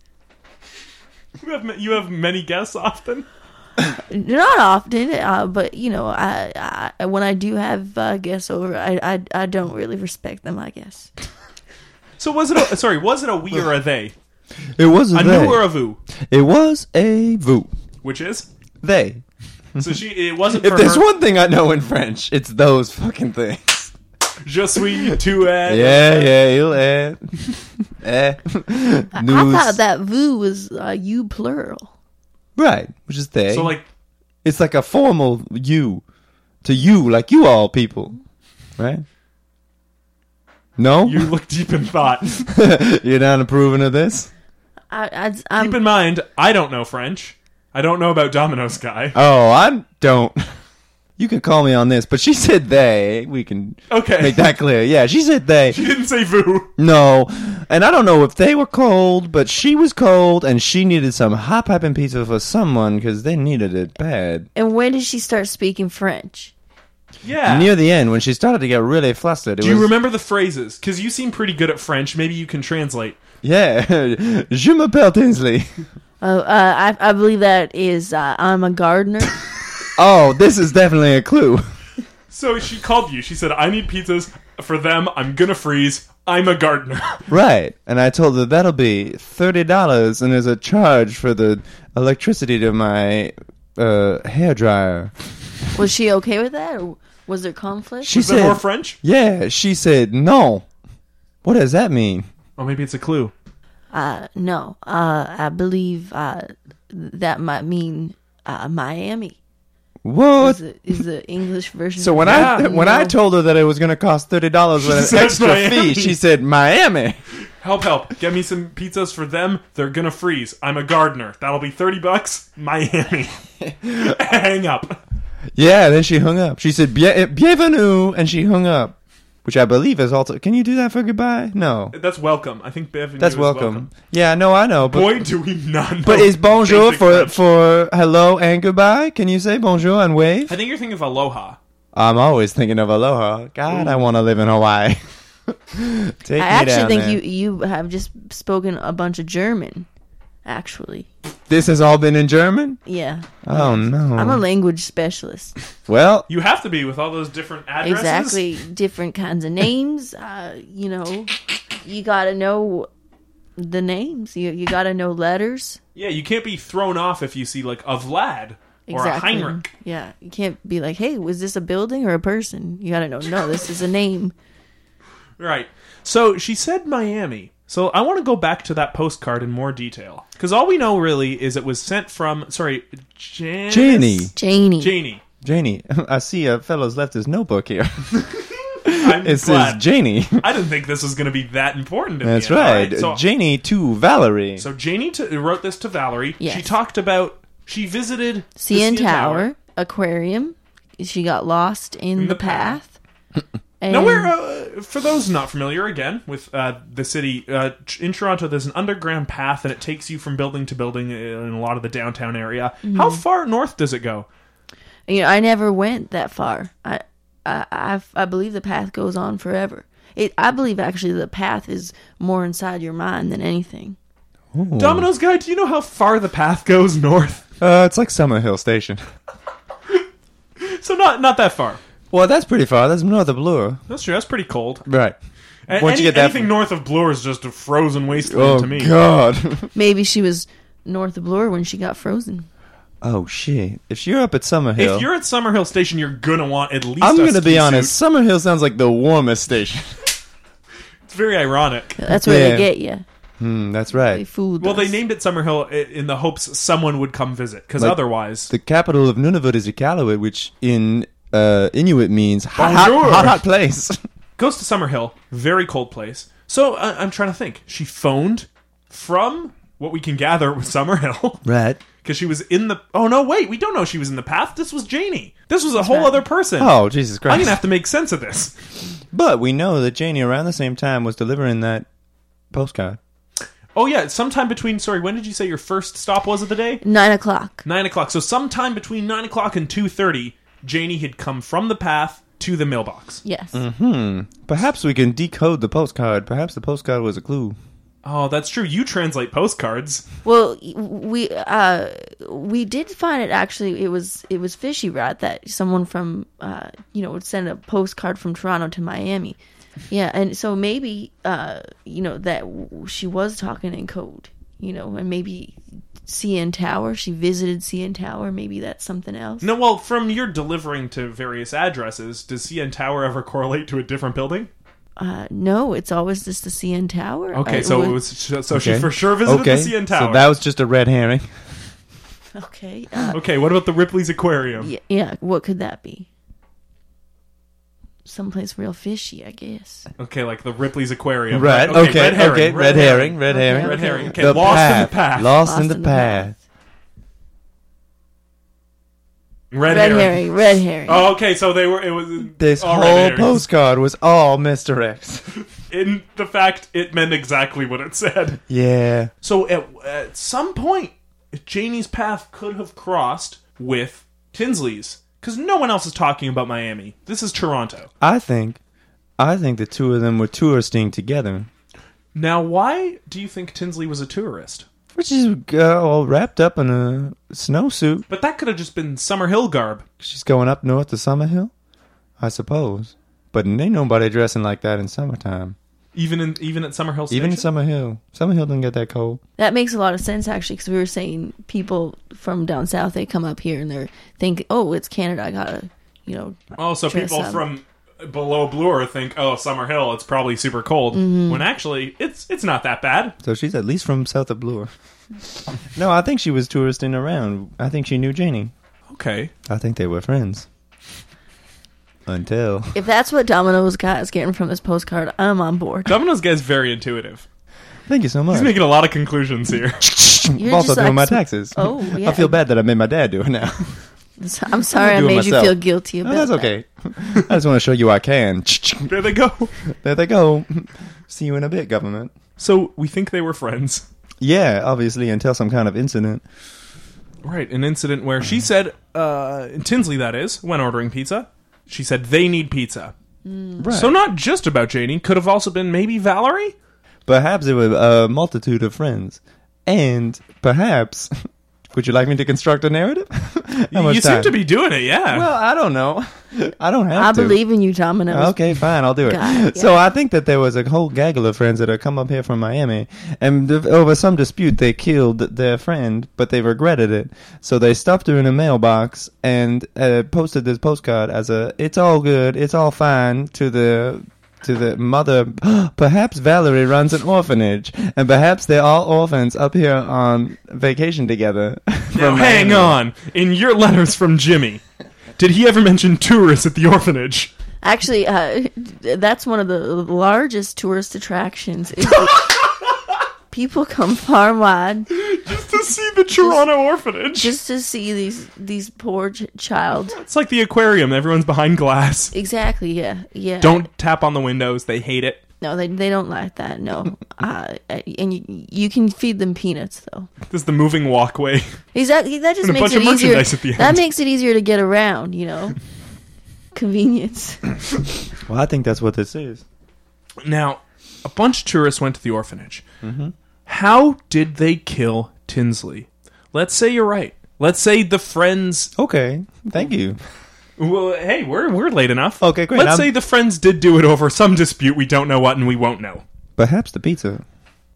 Speaker 1: You have ma- you have many guests often.
Speaker 3: Not often, uh, but you know, I, I when I do have uh, guests over, I, I I don't really respect them. I guess
Speaker 1: So was it? A, sorry, was it a we or a they?
Speaker 4: it was a,
Speaker 1: A
Speaker 4: they.
Speaker 1: new or a vu?
Speaker 4: It was a vu.
Speaker 1: Which is
Speaker 4: They.
Speaker 1: so she. It wasn't
Speaker 4: If
Speaker 1: for
Speaker 4: there's
Speaker 1: her.
Speaker 4: one thing I know in French, it's those fucking things.
Speaker 1: Je suis tu es.
Speaker 4: Yeah, yeah, you'll add. eh.
Speaker 3: I
Speaker 4: News.
Speaker 3: thought that "vous" was uh, "you" plural.
Speaker 4: Right, which is they.
Speaker 1: So like
Speaker 4: it's like a formal you to you, like you all people, right? No,
Speaker 1: you look deep in thought.
Speaker 4: you're not approving of this.
Speaker 3: I,
Speaker 4: Um,
Speaker 3: I
Speaker 1: Keep
Speaker 3: am
Speaker 1: in mind, I don't know French. I don't know about Domino's guy.
Speaker 4: Oh, I don't. You can call me on this, but she said they. We can
Speaker 1: Okay.
Speaker 4: make that clear. Yeah, she said they.
Speaker 1: She didn't say vu.
Speaker 4: No, and I don't know if they were cold, but she was cold, and she needed some hot piping pizza for someone because they needed it bad.
Speaker 3: and when did she start speaking French?
Speaker 1: Yeah.
Speaker 4: Near the end, when she started to get really flustered, it
Speaker 1: Ah. Do
Speaker 4: was
Speaker 1: you remember the phrases? Because you seem pretty good at French. Maybe you can translate.
Speaker 4: yeah, je m'appelle Tinsley.
Speaker 3: Oh, uh, I I believe that is uh, I'm a gardener.
Speaker 4: Oh, this is definitely a clue.
Speaker 1: So she called you. She said, "I need pizzas for them. I'm gonna freeze. I'm a gardener."
Speaker 4: Right. And I told her that'll be thirty dollars and there's a charge for the electricity to my uh hair dryer.
Speaker 3: was she okay with that, or was there conflict?
Speaker 4: She
Speaker 1: Is that
Speaker 4: said
Speaker 1: more French?
Speaker 4: Yeah, she said no. What does that mean?
Speaker 1: Oh, maybe it's a clue.
Speaker 3: Uh, no, uh, I believe uh, that might mean uh, Miami.
Speaker 4: What?
Speaker 3: Is the, is the English version?
Speaker 4: So when I
Speaker 1: Yeah.
Speaker 4: when I
Speaker 3: No.
Speaker 4: told her that it was going to cost thirty dollars with an
Speaker 1: said
Speaker 4: extra
Speaker 1: Miami.
Speaker 4: fee, she said Miami.
Speaker 1: Help, help. Get me some pizzas for them. They're gonna freeze. I'm a gardener. That'll be 30 bucks. Miami. Hang up.
Speaker 4: Yeah. Then she hung up. She said Bien- bienvenue, and she hung up, which I believe is also. Can you do that for goodbye? No,
Speaker 1: That's welcome. I think Bev
Speaker 4: that's
Speaker 1: is
Speaker 4: welcome.
Speaker 1: welcome.
Speaker 4: Yeah. No, I know. But
Speaker 1: Boy, do we not know.
Speaker 4: but is bonjour
Speaker 1: basic
Speaker 4: for
Speaker 1: French.
Speaker 4: for hello and goodbye? Can you say bonjour and wave?
Speaker 1: I think you're thinking of aloha.
Speaker 4: I'm always thinking of aloha. God, I want to live in Hawaii. Take
Speaker 3: I
Speaker 4: me
Speaker 3: actually
Speaker 4: down
Speaker 3: think
Speaker 4: there.
Speaker 3: you you have just spoken a bunch of German. Actually,
Speaker 4: This has all been in German.
Speaker 3: yeah,
Speaker 4: Oh no.
Speaker 3: I'm a language specialist.
Speaker 4: well,
Speaker 1: You have to be with all those different addresses.
Speaker 3: Exactly, different kinds of names. Uh, you know, you gotta know the names. You you gotta know letters.
Speaker 1: Yeah, you can't be thrown off if you see like a Vlad or a
Speaker 3: Exactly.
Speaker 1: Heinrich.
Speaker 3: Yeah, you can't be like, hey, was this a building or a person? You gotta know. No, this is a name.
Speaker 1: Right. So she said Miami. So I want to go back to that postcard in more detail because all we know really is it was sent from sorry, Jan-
Speaker 4: Janie.
Speaker 3: Janie.
Speaker 1: Janie.
Speaker 4: Janie, I see a fellow's left his notebook here.
Speaker 1: I'm
Speaker 4: It says
Speaker 1: glad.
Speaker 4: Janie.
Speaker 1: I didn't think this was going to be that important. in the
Speaker 4: That's
Speaker 1: end. All
Speaker 4: right.
Speaker 1: So,
Speaker 4: Janie to Valerie.
Speaker 1: so Janie t- wrote this to Valerie.
Speaker 3: Yes.
Speaker 1: She talked about she visited the
Speaker 3: CN
Speaker 1: CN
Speaker 3: Tower aquarium. She got lost in, the,
Speaker 1: the
Speaker 3: path.
Speaker 1: path.
Speaker 3: and
Speaker 1: Now, where, uh, for those not familiar, again, with uh, the city, uh, t- in Toronto, there's an underground path and it takes you from building to building in a lot of the downtown area.
Speaker 3: Mm-hmm.
Speaker 1: How far north does it go?
Speaker 3: you know, I never went that far. I, I, I, I believe the path goes on forever. It, I believe actually the path is more inside your mind than anything.
Speaker 1: Domino's Guy, do you know how far the path goes north?
Speaker 4: Uh, it's like Summerhill Station.
Speaker 1: so, not not that far.
Speaker 4: Well, that's pretty far. That's north of Bloor.
Speaker 1: That's true. That's pretty cold.
Speaker 4: Right.
Speaker 1: A-
Speaker 4: Once
Speaker 1: any-
Speaker 4: you get that
Speaker 1: anything
Speaker 4: from-
Speaker 1: north of Bloor is just a frozen wasteland
Speaker 4: Oh
Speaker 1: to me.
Speaker 4: God.
Speaker 3: Maybe she was north of Bloor when she got frozen.
Speaker 4: oh shit. If you're up at Summerhill,
Speaker 1: If you're at Summerhill Station, you're gonna want at least.
Speaker 4: I'm
Speaker 1: going
Speaker 4: gonna
Speaker 1: to
Speaker 4: be honest. Summerhill sounds like the warmest station.
Speaker 1: It's very ironic.
Speaker 3: That's where
Speaker 4: Yeah.
Speaker 3: they get you.
Speaker 4: Hmm, that's
Speaker 3: They
Speaker 4: right.
Speaker 3: fooled.
Speaker 1: Well, they
Speaker 3: us.
Speaker 1: named it Summerhill i- in the hopes someone would come visit, because
Speaker 4: Like-
Speaker 1: otherwise,
Speaker 4: The capital of Nunavut is Iqaluit, which in uh, Inuit means hot, hot,
Speaker 1: Bonjour.
Speaker 4: hot, hot place.
Speaker 1: goes to Summerhill, very cold place. So I- I'm trying to think. She phoned from what we can gather was Summerhill
Speaker 4: right.
Speaker 1: because she was in the. Oh no, wait, we don't know she was in the path. This was Janie. This was a whole
Speaker 3: right.
Speaker 1: other person.
Speaker 4: Oh Jesus Christ.
Speaker 1: I'm gonna have to make sense of this.
Speaker 4: But we know that Janie, around the same time, was delivering that postcard.
Speaker 1: Oh yeah, sometime between. Sorry, when did you say your first stop was of the day?
Speaker 3: nine o'clock.
Speaker 1: Nine o'clock. So sometime between nine o'clock and two thirty, Janie had come from the path to the mailbox.
Speaker 3: Yes,
Speaker 4: Perhaps we can decode the postcard. Perhaps the postcard was a clue.
Speaker 1: Oh, that's true. You translate postcards.
Speaker 3: Well, we uh, we did find it actually. It was it was fishy, right? That someone from uh, you know would send a postcard from Toronto to Miami. Yeah, and so maybe uh, you know that w- she was talking in code, you know, and maybe CN Tower. She visited CN Tower. Maybe that's something else.
Speaker 1: No, well, from your delivering to various addresses, does CN Tower ever correlate to a different building?
Speaker 3: Uh, no, it's always just the CN Tower.
Speaker 1: Okay,
Speaker 3: Uh,
Speaker 1: so it
Speaker 3: would-
Speaker 1: was so she for sure visited the CN Tower.
Speaker 4: So that was just a red herring.
Speaker 3: okay. Uh,
Speaker 1: okay, what about the Ripley's Aquarium?
Speaker 3: yeah, yeah, what could that be? Someplace real fishy, I guess.
Speaker 1: Okay, like the Ripley's Aquarium.
Speaker 4: Right. Okay. Okay. Red herring. red, herring. Red herring.
Speaker 1: Red herring.
Speaker 3: Okay.
Speaker 1: Okay, lost in the path.
Speaker 4: Lost, in the path.
Speaker 1: red,
Speaker 3: Red
Speaker 1: herring.
Speaker 3: herring, red herring.
Speaker 1: Oh, okay, so they were. It was
Speaker 4: This
Speaker 1: all red
Speaker 4: whole
Speaker 1: herrings.
Speaker 4: postcard was all Mr. X.
Speaker 1: In the fact, it meant exactly what it said.
Speaker 4: yeah.
Speaker 1: So at, at some point, Janie's path could have crossed with Tinsley's because no one else is talking about Miami. This is Toronto.
Speaker 4: I think, I think the two of them were touristing together,
Speaker 1: Now, why do you think Tinsley was a tourist?
Speaker 4: which is uh, all wrapped up in a snowsuit.
Speaker 1: But that could have just been Summer Hill garb.
Speaker 4: She's going up north to Summerhill, I suppose. But ain't nobody dressing like that in summertime.
Speaker 1: Even in even at Summerhill Station.
Speaker 4: Even in Summerhill, Summerhill doesn't get that cold.
Speaker 3: That makes a lot of sense actually, because we were saying people from down south they come up here and they're think, oh, it's Canada. I gotta, you know,
Speaker 1: oh, so
Speaker 3: Dress
Speaker 1: people
Speaker 3: up.
Speaker 1: from below Bloor think, oh, Summer Hill, it's probably super cold. When actually, it's it's not that bad.
Speaker 4: So she's at least from south of Bloor. no, I think she was touristing around. I think she knew Janie.
Speaker 1: Okay.
Speaker 4: I think they were friends. Until
Speaker 3: If that's what Domino's got is getting from this postcard, I'm on board.
Speaker 1: Domino's guy's very intuitive.
Speaker 4: thank you so much.
Speaker 1: He's making a lot of conclusions here.
Speaker 3: You're
Speaker 4: I'm also
Speaker 3: just
Speaker 4: doing
Speaker 3: like
Speaker 4: my
Speaker 3: some-
Speaker 4: taxes.
Speaker 3: Oh, yeah.
Speaker 4: I feel bad that I made my dad do it now.
Speaker 3: I'm sorry I
Speaker 4: do it
Speaker 3: made you
Speaker 4: myself.
Speaker 3: feel guilty about
Speaker 4: No, that's
Speaker 3: that.
Speaker 4: okay. I just want to show you I can.
Speaker 1: there they go.
Speaker 4: There they go. See you in a bit, government.
Speaker 1: So we think they were friends.
Speaker 4: Yeah, obviously, until some kind of incident.
Speaker 1: Right, an incident where
Speaker 4: Mm-hmm.
Speaker 1: she said, uh, Tinsley, that is, when ordering pizza, she said they need pizza.
Speaker 4: Right.
Speaker 1: So not just about Janie, could have also been maybe Valerie?
Speaker 4: Perhaps it was a multitude of friends. And perhaps. Would you like me to construct a narrative? How much
Speaker 1: you seem
Speaker 4: time?
Speaker 1: to be doing it, yeah.
Speaker 4: Well, I don't know. I don't have
Speaker 3: I
Speaker 4: to. Ah,
Speaker 3: believe in you, Domino's.
Speaker 4: Okay, fine, I'll do it.
Speaker 3: God,
Speaker 4: So I think that there was a whole gaggle of friends that had come up here from Miami, and th- over some dispute, they killed their friend, but they regretted it. So they stuffed her in a mailbox and uh, posted this postcard as a "It's all good, it's all fine" to the to the mother. perhaps Valerie runs an orphanage, and perhaps they're all orphans up here on vacation together.
Speaker 1: now,
Speaker 4: from
Speaker 1: hang
Speaker 4: Miami.
Speaker 1: on. In your letters from Jimmy, did he ever mention tourists at the orphanage?
Speaker 3: Actually, uh, that's one of the largest tourist attractions. is that people come far and wide
Speaker 1: Just to see the Toronto orphanage.
Speaker 3: just to see these these poor ch- child.
Speaker 1: it's like the aquarium, everyone's behind glass.
Speaker 3: Exactly. Yeah. Yeah.
Speaker 1: Don't tap on the windows, they hate it.
Speaker 3: No, they they don't like that. No. uh, and you, you can feed them peanuts though.
Speaker 1: This is the moving walkway.
Speaker 3: Exactly. That just
Speaker 1: And a
Speaker 3: makes
Speaker 1: bunch of
Speaker 3: it easier.
Speaker 1: merchandise at the end.
Speaker 3: That makes it easier to get around. You know, convenience.
Speaker 4: Well, I think that's what this is.
Speaker 1: Now, a bunch of tourists went to the orphanage. How did they kill Tinsley? Let's say you're right. Let's say the friends.
Speaker 4: Okay, thank you.
Speaker 1: Well, hey, we're we're late enough.
Speaker 4: Okay, great.
Speaker 1: Let's
Speaker 4: I'm-
Speaker 1: say the friends did do it over some dispute we don't know what and we won't know.
Speaker 4: Perhaps the pizza.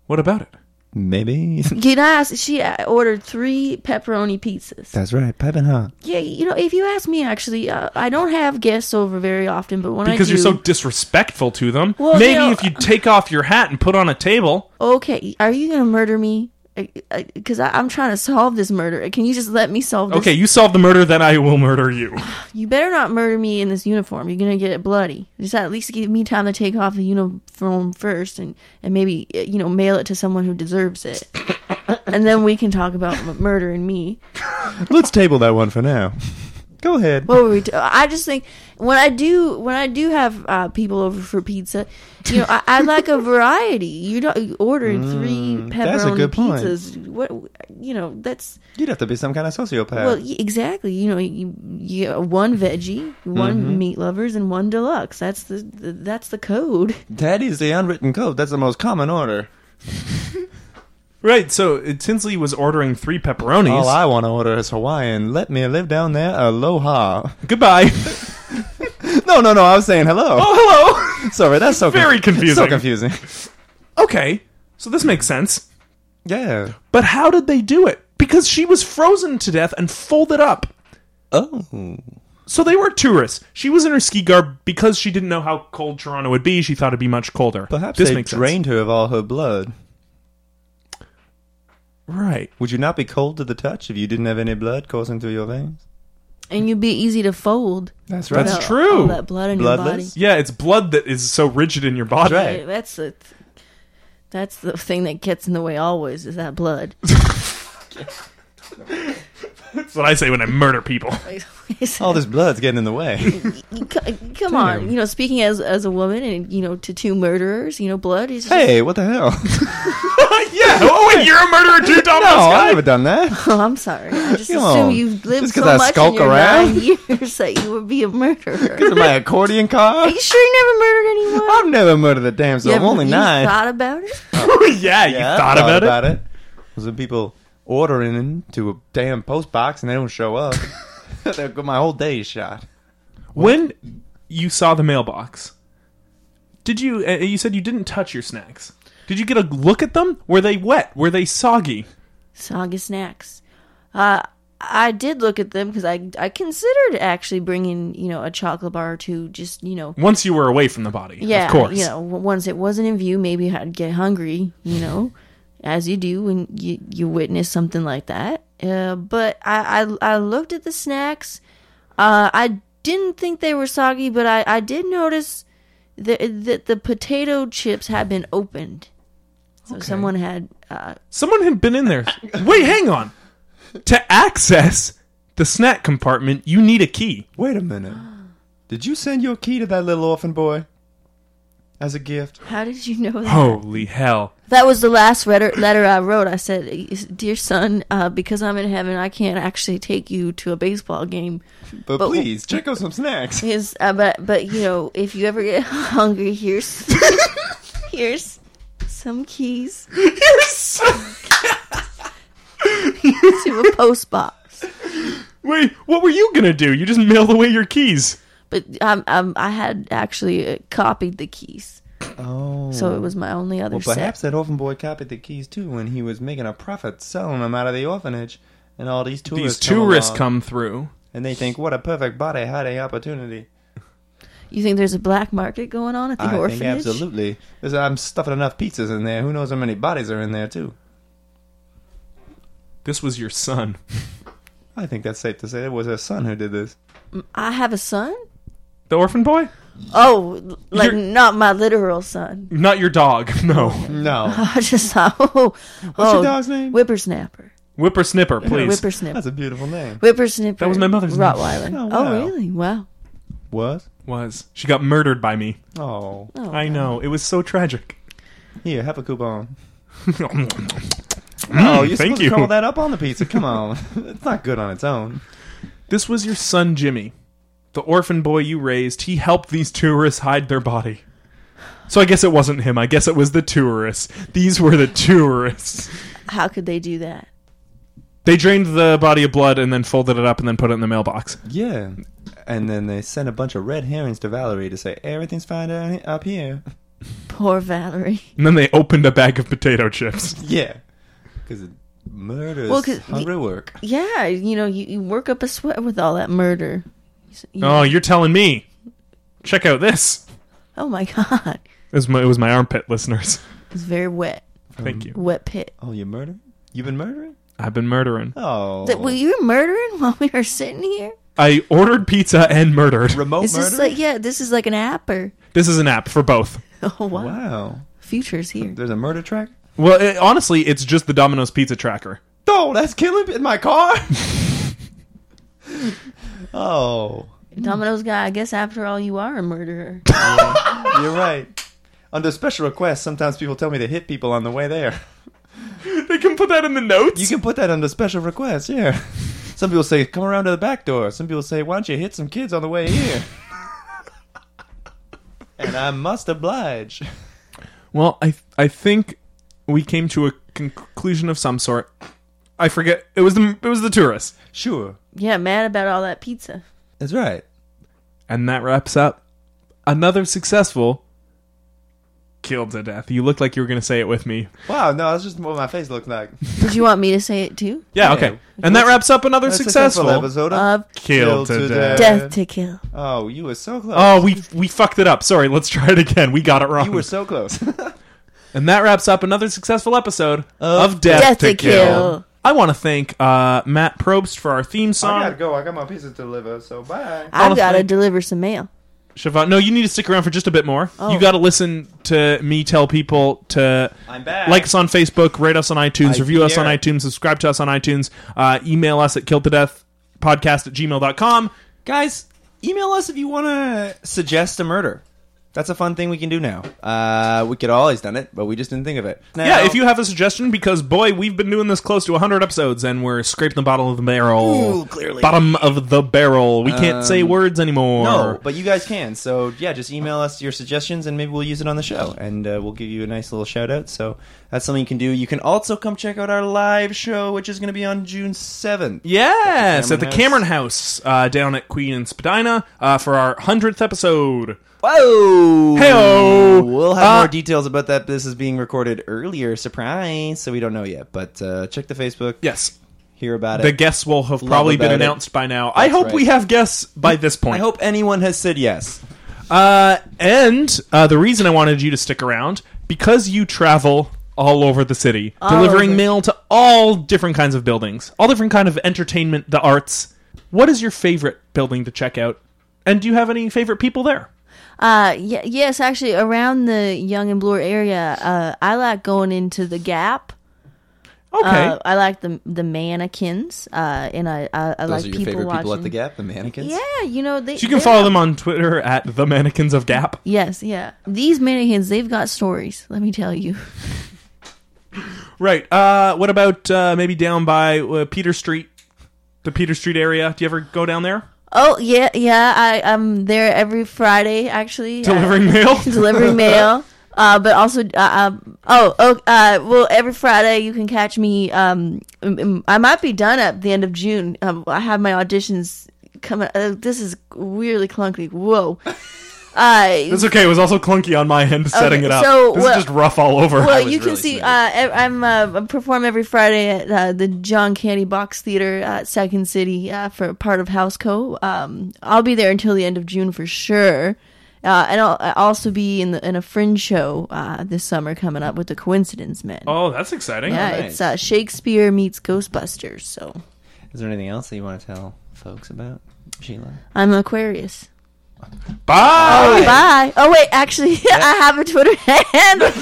Speaker 1: What about it?
Speaker 4: Maybe.
Speaker 3: Can I ask? She uh, ordered three pepperoni pizzas.
Speaker 4: That's right, piping hot.
Speaker 3: Yeah, you know, if you ask me, actually, uh, I don't have guests over very often, but when
Speaker 1: Because
Speaker 3: I
Speaker 1: you're
Speaker 3: do,
Speaker 1: so disrespectful to them.
Speaker 3: Well,
Speaker 1: Maybe
Speaker 3: you know- uh,
Speaker 1: if you take off your hat and put on a table.
Speaker 3: okay, are you gonna murder me? Because I I'm trying to solve this murder. Can you just let me solve this?
Speaker 1: Okay, you solve the murder, then I will murder you.
Speaker 3: You better not murder me in this uniform. You're gonna get it bloody. Just at least give me time to take off the uniform first, and and maybe uh, you know mail it to someone who deserves it, and then we can talk about m- murdering me.
Speaker 4: Let's table that one for now. Go ahead.
Speaker 3: What were we? do- I just think when I do when I do have uh, people over for pizza, you know, I, I like a variety. You don't order three pepperoni
Speaker 4: Mm, that's a good point.
Speaker 3: pizzas. What you know? That's
Speaker 4: You'd have to be some kind of sociopath.
Speaker 3: well, y- exactly. You know, you, you got one veggie, one
Speaker 4: Mm-hmm.
Speaker 3: meat lovers, and one deluxe. That's the, the that's the code.
Speaker 4: that is the unwritten code. That's the most common order.
Speaker 1: Right, so uh, Tinsley was ordering three pepperonis.
Speaker 4: All I want to order is Hawaiian. Let me live down there. Aloha.
Speaker 1: Goodbye.
Speaker 4: No, no, no. I was saying hello.
Speaker 1: oh, hello!
Speaker 4: Sorry, that's so
Speaker 1: Very
Speaker 4: So
Speaker 1: confusing.
Speaker 4: confusing.
Speaker 1: okay, so this makes sense.
Speaker 4: Yeah.
Speaker 1: But how did they do it? Because she was frozen to death and folded up.
Speaker 4: Oh.
Speaker 1: So they were tourists. She was in her ski garb because she didn't know how cold Toronto would be. She thought it'd be much colder.
Speaker 4: Perhaps
Speaker 1: this
Speaker 4: they
Speaker 1: makes
Speaker 4: drained her of all her blood.
Speaker 1: sense. Right.
Speaker 4: Would you not be cold to the touch if you didn't have any blood coursing through your veins?
Speaker 3: And you'd be easy to fold.
Speaker 4: That's
Speaker 1: That's
Speaker 3: without
Speaker 1: true.
Speaker 3: all that blood in
Speaker 4: Bloodless?
Speaker 1: Yeah, it's blood that is so rigid in your body.
Speaker 3: your
Speaker 4: Right.
Speaker 3: body. That's the that's the thing that gets in the way always is that blood.
Speaker 1: That's what I say when I murder people.
Speaker 4: All this blood's getting in the way.
Speaker 3: You c- come on, you know, speaking as as a woman, and you know, to two murderers, you know, blood is. Just,
Speaker 4: hey, what the hell? no,
Speaker 1: yeah. Oh, wait, you're a murderer too, Domino's
Speaker 4: I
Speaker 1: guy?
Speaker 4: never done that.
Speaker 3: oh, I'm sorry. I just
Speaker 4: Come
Speaker 3: assume
Speaker 4: on.
Speaker 3: you've lived
Speaker 4: Just
Speaker 3: so
Speaker 4: 'cause I
Speaker 3: much in
Speaker 4: skulk
Speaker 3: your
Speaker 4: around?
Speaker 3: nine years that you would be a murderer.
Speaker 4: Is it my accordion
Speaker 3: Are
Speaker 4: car?
Speaker 3: you sure you never murdered anyone?
Speaker 4: I've never murdered a damn soul.
Speaker 3: You
Speaker 4: I'm
Speaker 3: ever-
Speaker 4: only
Speaker 3: you
Speaker 4: nine.
Speaker 3: Thought about it?
Speaker 1: yeah, you
Speaker 4: Yeah, I
Speaker 1: thought, about, it.
Speaker 4: Some people ordering to a damn post box and they don't show up. They'll go- my whole day is shot.
Speaker 1: When you saw the mailbox, did you? Uh, you said you didn't touch your snacks. Did you get a look at them? Were they wet? Were they soggy?
Speaker 3: Saga snacks. Uh, I did look at them because I I considered actually bringing you know a chocolate bar or two, just you know
Speaker 1: Once you were away from the body,
Speaker 3: Yeah,
Speaker 1: of course.
Speaker 3: You know, w- once it wasn't in view, maybe I'd get hungry. You know, as you do when you, you witness something like that. Uh, but I, I I looked at the snacks. Uh, I didn't think they were soggy, but I, I did notice that, that the potato chips had been opened. So someone had uh,
Speaker 1: Someone had been in there. Wait, hang on. To access the snack compartment, you need a key.
Speaker 4: Wait a minute. Did you send your key to that little orphan boy as a gift?
Speaker 3: How did you know
Speaker 4: Oh.
Speaker 3: that?
Speaker 1: Holy hell.
Speaker 3: That was the last letter, letter I wrote. I said, "Dear son, uh, because I'm in heaven, I can't actually take you to a baseball game.
Speaker 4: But,
Speaker 3: But-
Speaker 4: please, check out some snacks.
Speaker 3: His, uh, but but you know, if you ever get hungry, here's here's some keys to a post box.
Speaker 1: Wait, what were you gonna do? You just mailed away your keys.
Speaker 3: But um, um, I had actually uh, copied the keys,
Speaker 4: Oh.
Speaker 3: so it was my only other
Speaker 4: Well,
Speaker 3: set.
Speaker 4: perhaps that orphan boy copied the keys too when he was making a profit selling them out of the orphanage. And all these
Speaker 1: These
Speaker 4: tourists come
Speaker 1: tourists
Speaker 4: along,
Speaker 1: come through.
Speaker 4: and they think, "What a perfect body hiding opportunity!"
Speaker 3: You think there's a black market going on at the
Speaker 4: I
Speaker 3: orphanage?
Speaker 4: think absolutely. There's- I'm stuffing enough pizzas in there. Who knows how many bodies are in there too?
Speaker 1: This was your son.
Speaker 4: I think that's safe to say it was her son who did this.
Speaker 3: I have a son.
Speaker 1: The orphan boy?
Speaker 3: Oh, like
Speaker 1: You're-
Speaker 3: not my literal son.
Speaker 1: Not your dog, no.
Speaker 4: No,
Speaker 3: I just thought, oh,
Speaker 4: what's
Speaker 3: oh,
Speaker 4: your dog's name?
Speaker 3: Whippersnapper.
Speaker 1: Whippersnipper, please.
Speaker 3: Whippersnapper.
Speaker 4: That's a beautiful name.
Speaker 3: Whippersnapper.
Speaker 1: That was my mother's name.
Speaker 3: Rottweiler.
Speaker 4: Oh,
Speaker 3: Oh,
Speaker 4: wow.
Speaker 3: really? Wow.
Speaker 4: What?
Speaker 1: was. She got murdered by me.
Speaker 4: Oh,
Speaker 3: Oh,
Speaker 1: I
Speaker 3: wow.
Speaker 1: know. It was so tragic.
Speaker 4: here, have a coupon.
Speaker 1: Mm,
Speaker 4: oh,
Speaker 1: thank
Speaker 4: you're supposed to
Speaker 1: you.
Speaker 4: crumble that up on the pizza. Come on, it's not good on its own.
Speaker 1: This was your son, Jimmy. The orphan boy you raised, he helped these tourists hide their body. So I guess it wasn't him. I guess it was the tourists. These were the tourists.
Speaker 3: How could they do that?
Speaker 1: They drained the body of blood and then folded it up and then put it in the mailbox.
Speaker 4: Yeah. And then they sent a bunch of red herrings to Valerie to say everything's fine down he- up here.
Speaker 3: Poor Valerie.
Speaker 1: And then they opened a bag of potato chips.
Speaker 4: Yeah, because murder is
Speaker 3: Well, 'cause
Speaker 4: hungry work.
Speaker 3: Yeah, you know, you, you work up a sweat with all that murder. You-
Speaker 1: Oh, you're telling me. Check out this.
Speaker 3: oh my God.
Speaker 1: It was my, it was my armpit, listeners.
Speaker 3: It's very wet.
Speaker 1: Thank you.
Speaker 3: Wet pit.
Speaker 4: Oh, you murder? You've been murdering?
Speaker 1: I've been murdering.
Speaker 4: Oh,
Speaker 3: That, were you murdering while we were sitting here?
Speaker 1: I ordered pizza and murdered.
Speaker 4: remote
Speaker 3: Is
Speaker 4: murder?
Speaker 3: this like, yeah, this is like an app or.
Speaker 1: This is an app for both.
Speaker 3: Oh, wow.
Speaker 4: wow,
Speaker 3: Future's here.
Speaker 4: there's a murder track.
Speaker 1: Well, it, honestly, it's just the Domino's pizza tracker.
Speaker 4: Oh, that's killing me in my car. oh,
Speaker 1: Mm-hmm.
Speaker 3: Domino's guy, I guess after all, you are a murderer.
Speaker 4: you're right. Under special request, sometimes people tell me to hit people on the way there.
Speaker 1: They can put that in the notes.
Speaker 4: You can put that under special request, yeah. Some people say, come around to the back door. Some people say, why don't you hit some kids on the way here? and I must oblige.
Speaker 1: Well, I I think we came to a conclusion of some sort. I forget. It was the it was the tourists,
Speaker 4: Sure.
Speaker 3: yeah, mad about all that pizza.
Speaker 4: That's right.
Speaker 1: and that wraps up another successful killed to death. You looked like you were going to say it with me.
Speaker 4: Wow, no, that's just what my face looked like.
Speaker 3: Did you want me to say it too?
Speaker 1: Yeah,
Speaker 4: Yeah.
Speaker 1: okay. And that wraps up another
Speaker 4: That's a
Speaker 1: successful,
Speaker 4: episode of
Speaker 3: Of
Speaker 1: kill to death.
Speaker 3: death to kill.
Speaker 4: Oh, you were so close.
Speaker 1: Oh, we we fucked it up. Sorry, let's try it again. We got it wrong.
Speaker 4: you were so close.
Speaker 1: And that wraps up another successful episode of, Death,
Speaker 3: Death
Speaker 1: to,
Speaker 3: to
Speaker 1: Kill.
Speaker 3: Kill.
Speaker 1: I want to thank uh, Matt Probst for our theme
Speaker 4: I
Speaker 1: song.
Speaker 4: gotta go. I got my pizza to deliver, so bye.
Speaker 3: I've
Speaker 1: Honestly-
Speaker 3: got to deliver some mail.
Speaker 1: Siobhan, no, you need to stick around for just a bit more.
Speaker 3: Oh.
Speaker 1: You got to listen to me tell people to
Speaker 4: I'm back.
Speaker 1: like us on Facebook, rate us on iTunes,
Speaker 4: I
Speaker 1: review us on
Speaker 4: hear.
Speaker 1: iTunes, subscribe to us on iTunes, uh, email us at killedtodeathpodcast at gmail.com.
Speaker 4: Guys, email us if you want to suggest a murder. That's a fun thing we can do now. Uh, we could have always done it, but we just didn't think of it.
Speaker 1: Yeah,
Speaker 4: Now-
Speaker 1: if you have a suggestion, because boy, we've been doing this close to 100 episodes and we're scraping the bottom of the barrel.
Speaker 4: Ooh, clearly. Um,
Speaker 1: Bottom of the barrel. We can't say words anymore.
Speaker 4: No, but you guys can. So yeah, just email us your suggestions, and maybe we'll use it on the show, and uh, we'll give you a nice little shout out. So that's something you can do. You can also come check out our live show, which is going to be on June seventh.
Speaker 1: Yes, at
Speaker 4: At the
Speaker 1: the Cameron House uh, down at Queen and Spadina uh, for our 100th episode.
Speaker 4: Whoa!
Speaker 1: Heyo!
Speaker 4: We'll have
Speaker 1: Uh,
Speaker 4: more details about that. This is being recorded earlier, surprise. So we don't know yet, but uh, check the Facebook.
Speaker 1: Yes.
Speaker 4: Hear about
Speaker 1: The
Speaker 4: it.
Speaker 1: guests will have probably been
Speaker 4: about it.
Speaker 1: announced by now. I hope
Speaker 4: right.
Speaker 1: we have guests by this point.
Speaker 4: I hope anyone has said yes.
Speaker 1: Uh, and uh, the reason I wanted you to stick around because you travel all over the city, delivering
Speaker 3: over.
Speaker 1: mail to all different kinds of buildings, all different kind of entertainment, the arts. What is your favorite building to check out? And do you have any favorite people there?
Speaker 3: Uh, y- yes, actually, around the Young and Bloor area, uh, I like going into the Gap.
Speaker 1: Okay.
Speaker 3: Uh, I like the the mannequins, uh, and I I, I
Speaker 2: Those
Speaker 3: like
Speaker 2: are your
Speaker 3: people
Speaker 2: favorite
Speaker 3: watching.
Speaker 2: people at the Gap, the mannequins.
Speaker 3: Yeah, you know they.
Speaker 1: so you can
Speaker 3: they're-
Speaker 1: follow them on Twitter at the mannequins of Gap.
Speaker 3: Yes, yeah. These mannequins, they've got stories. Let me tell you.
Speaker 1: Right. Uh, what about uh, maybe down by uh, Peter Street, the Peter Street area? Do you ever go down there
Speaker 3: Oh yeah, yeah. I I'm there every Friday actually. uh,
Speaker 1: delivering mail?
Speaker 3: delivering mail. Uh, but also, uh, um, oh, oh, uh, well, every Friday you can catch me. Um, um, um, I might be done at the end of June. Um, I have my auditions coming. Uh, this is weirdly clunky. Whoa. Uh,
Speaker 1: It's okay. It was also clunky on my end setting
Speaker 3: Okay,
Speaker 1: it up.
Speaker 3: so
Speaker 1: this
Speaker 3: what-
Speaker 1: is just rough all over.
Speaker 3: well,
Speaker 2: was
Speaker 3: you can
Speaker 2: really
Speaker 3: see.
Speaker 2: smooth.
Speaker 3: Uh, ev- I'm uh, I perform every Friday at uh, the John Candy Box Theater at Second City uh, for part of House Co. Um, I'll be there until the end of June for sure. Uh, and I'll, I'll also be in the, in a fringe show uh, this summer coming up with the Coincidence Men.
Speaker 1: oh, that's exciting.
Speaker 3: yeah,
Speaker 2: nice.
Speaker 3: it's uh, Shakespeare meets Ghostbusters. So
Speaker 2: Is there anything else that you want to tell folks about Sheila?
Speaker 3: I'm Aquarius.
Speaker 1: Bye.
Speaker 3: Oh, bye. Oh wait, actually, I have a Twitter handle.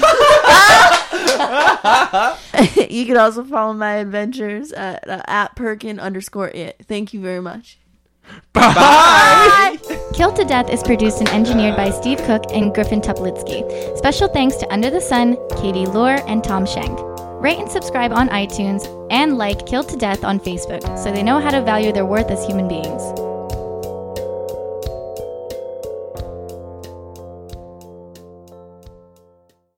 Speaker 3: you can also follow my adventures at, uh, at Perkin underscore it. Thank you very much. Bye.
Speaker 5: Killed to Death is produced and engineered by Steve Cook and Griffin Tuplitsky. Special thanks to Under the Sun, Katie Lohr, and Tom Schenk. Rate and subscribe on iTunes and like Killed to Death on Facebook so they know how to value their worth as human beings.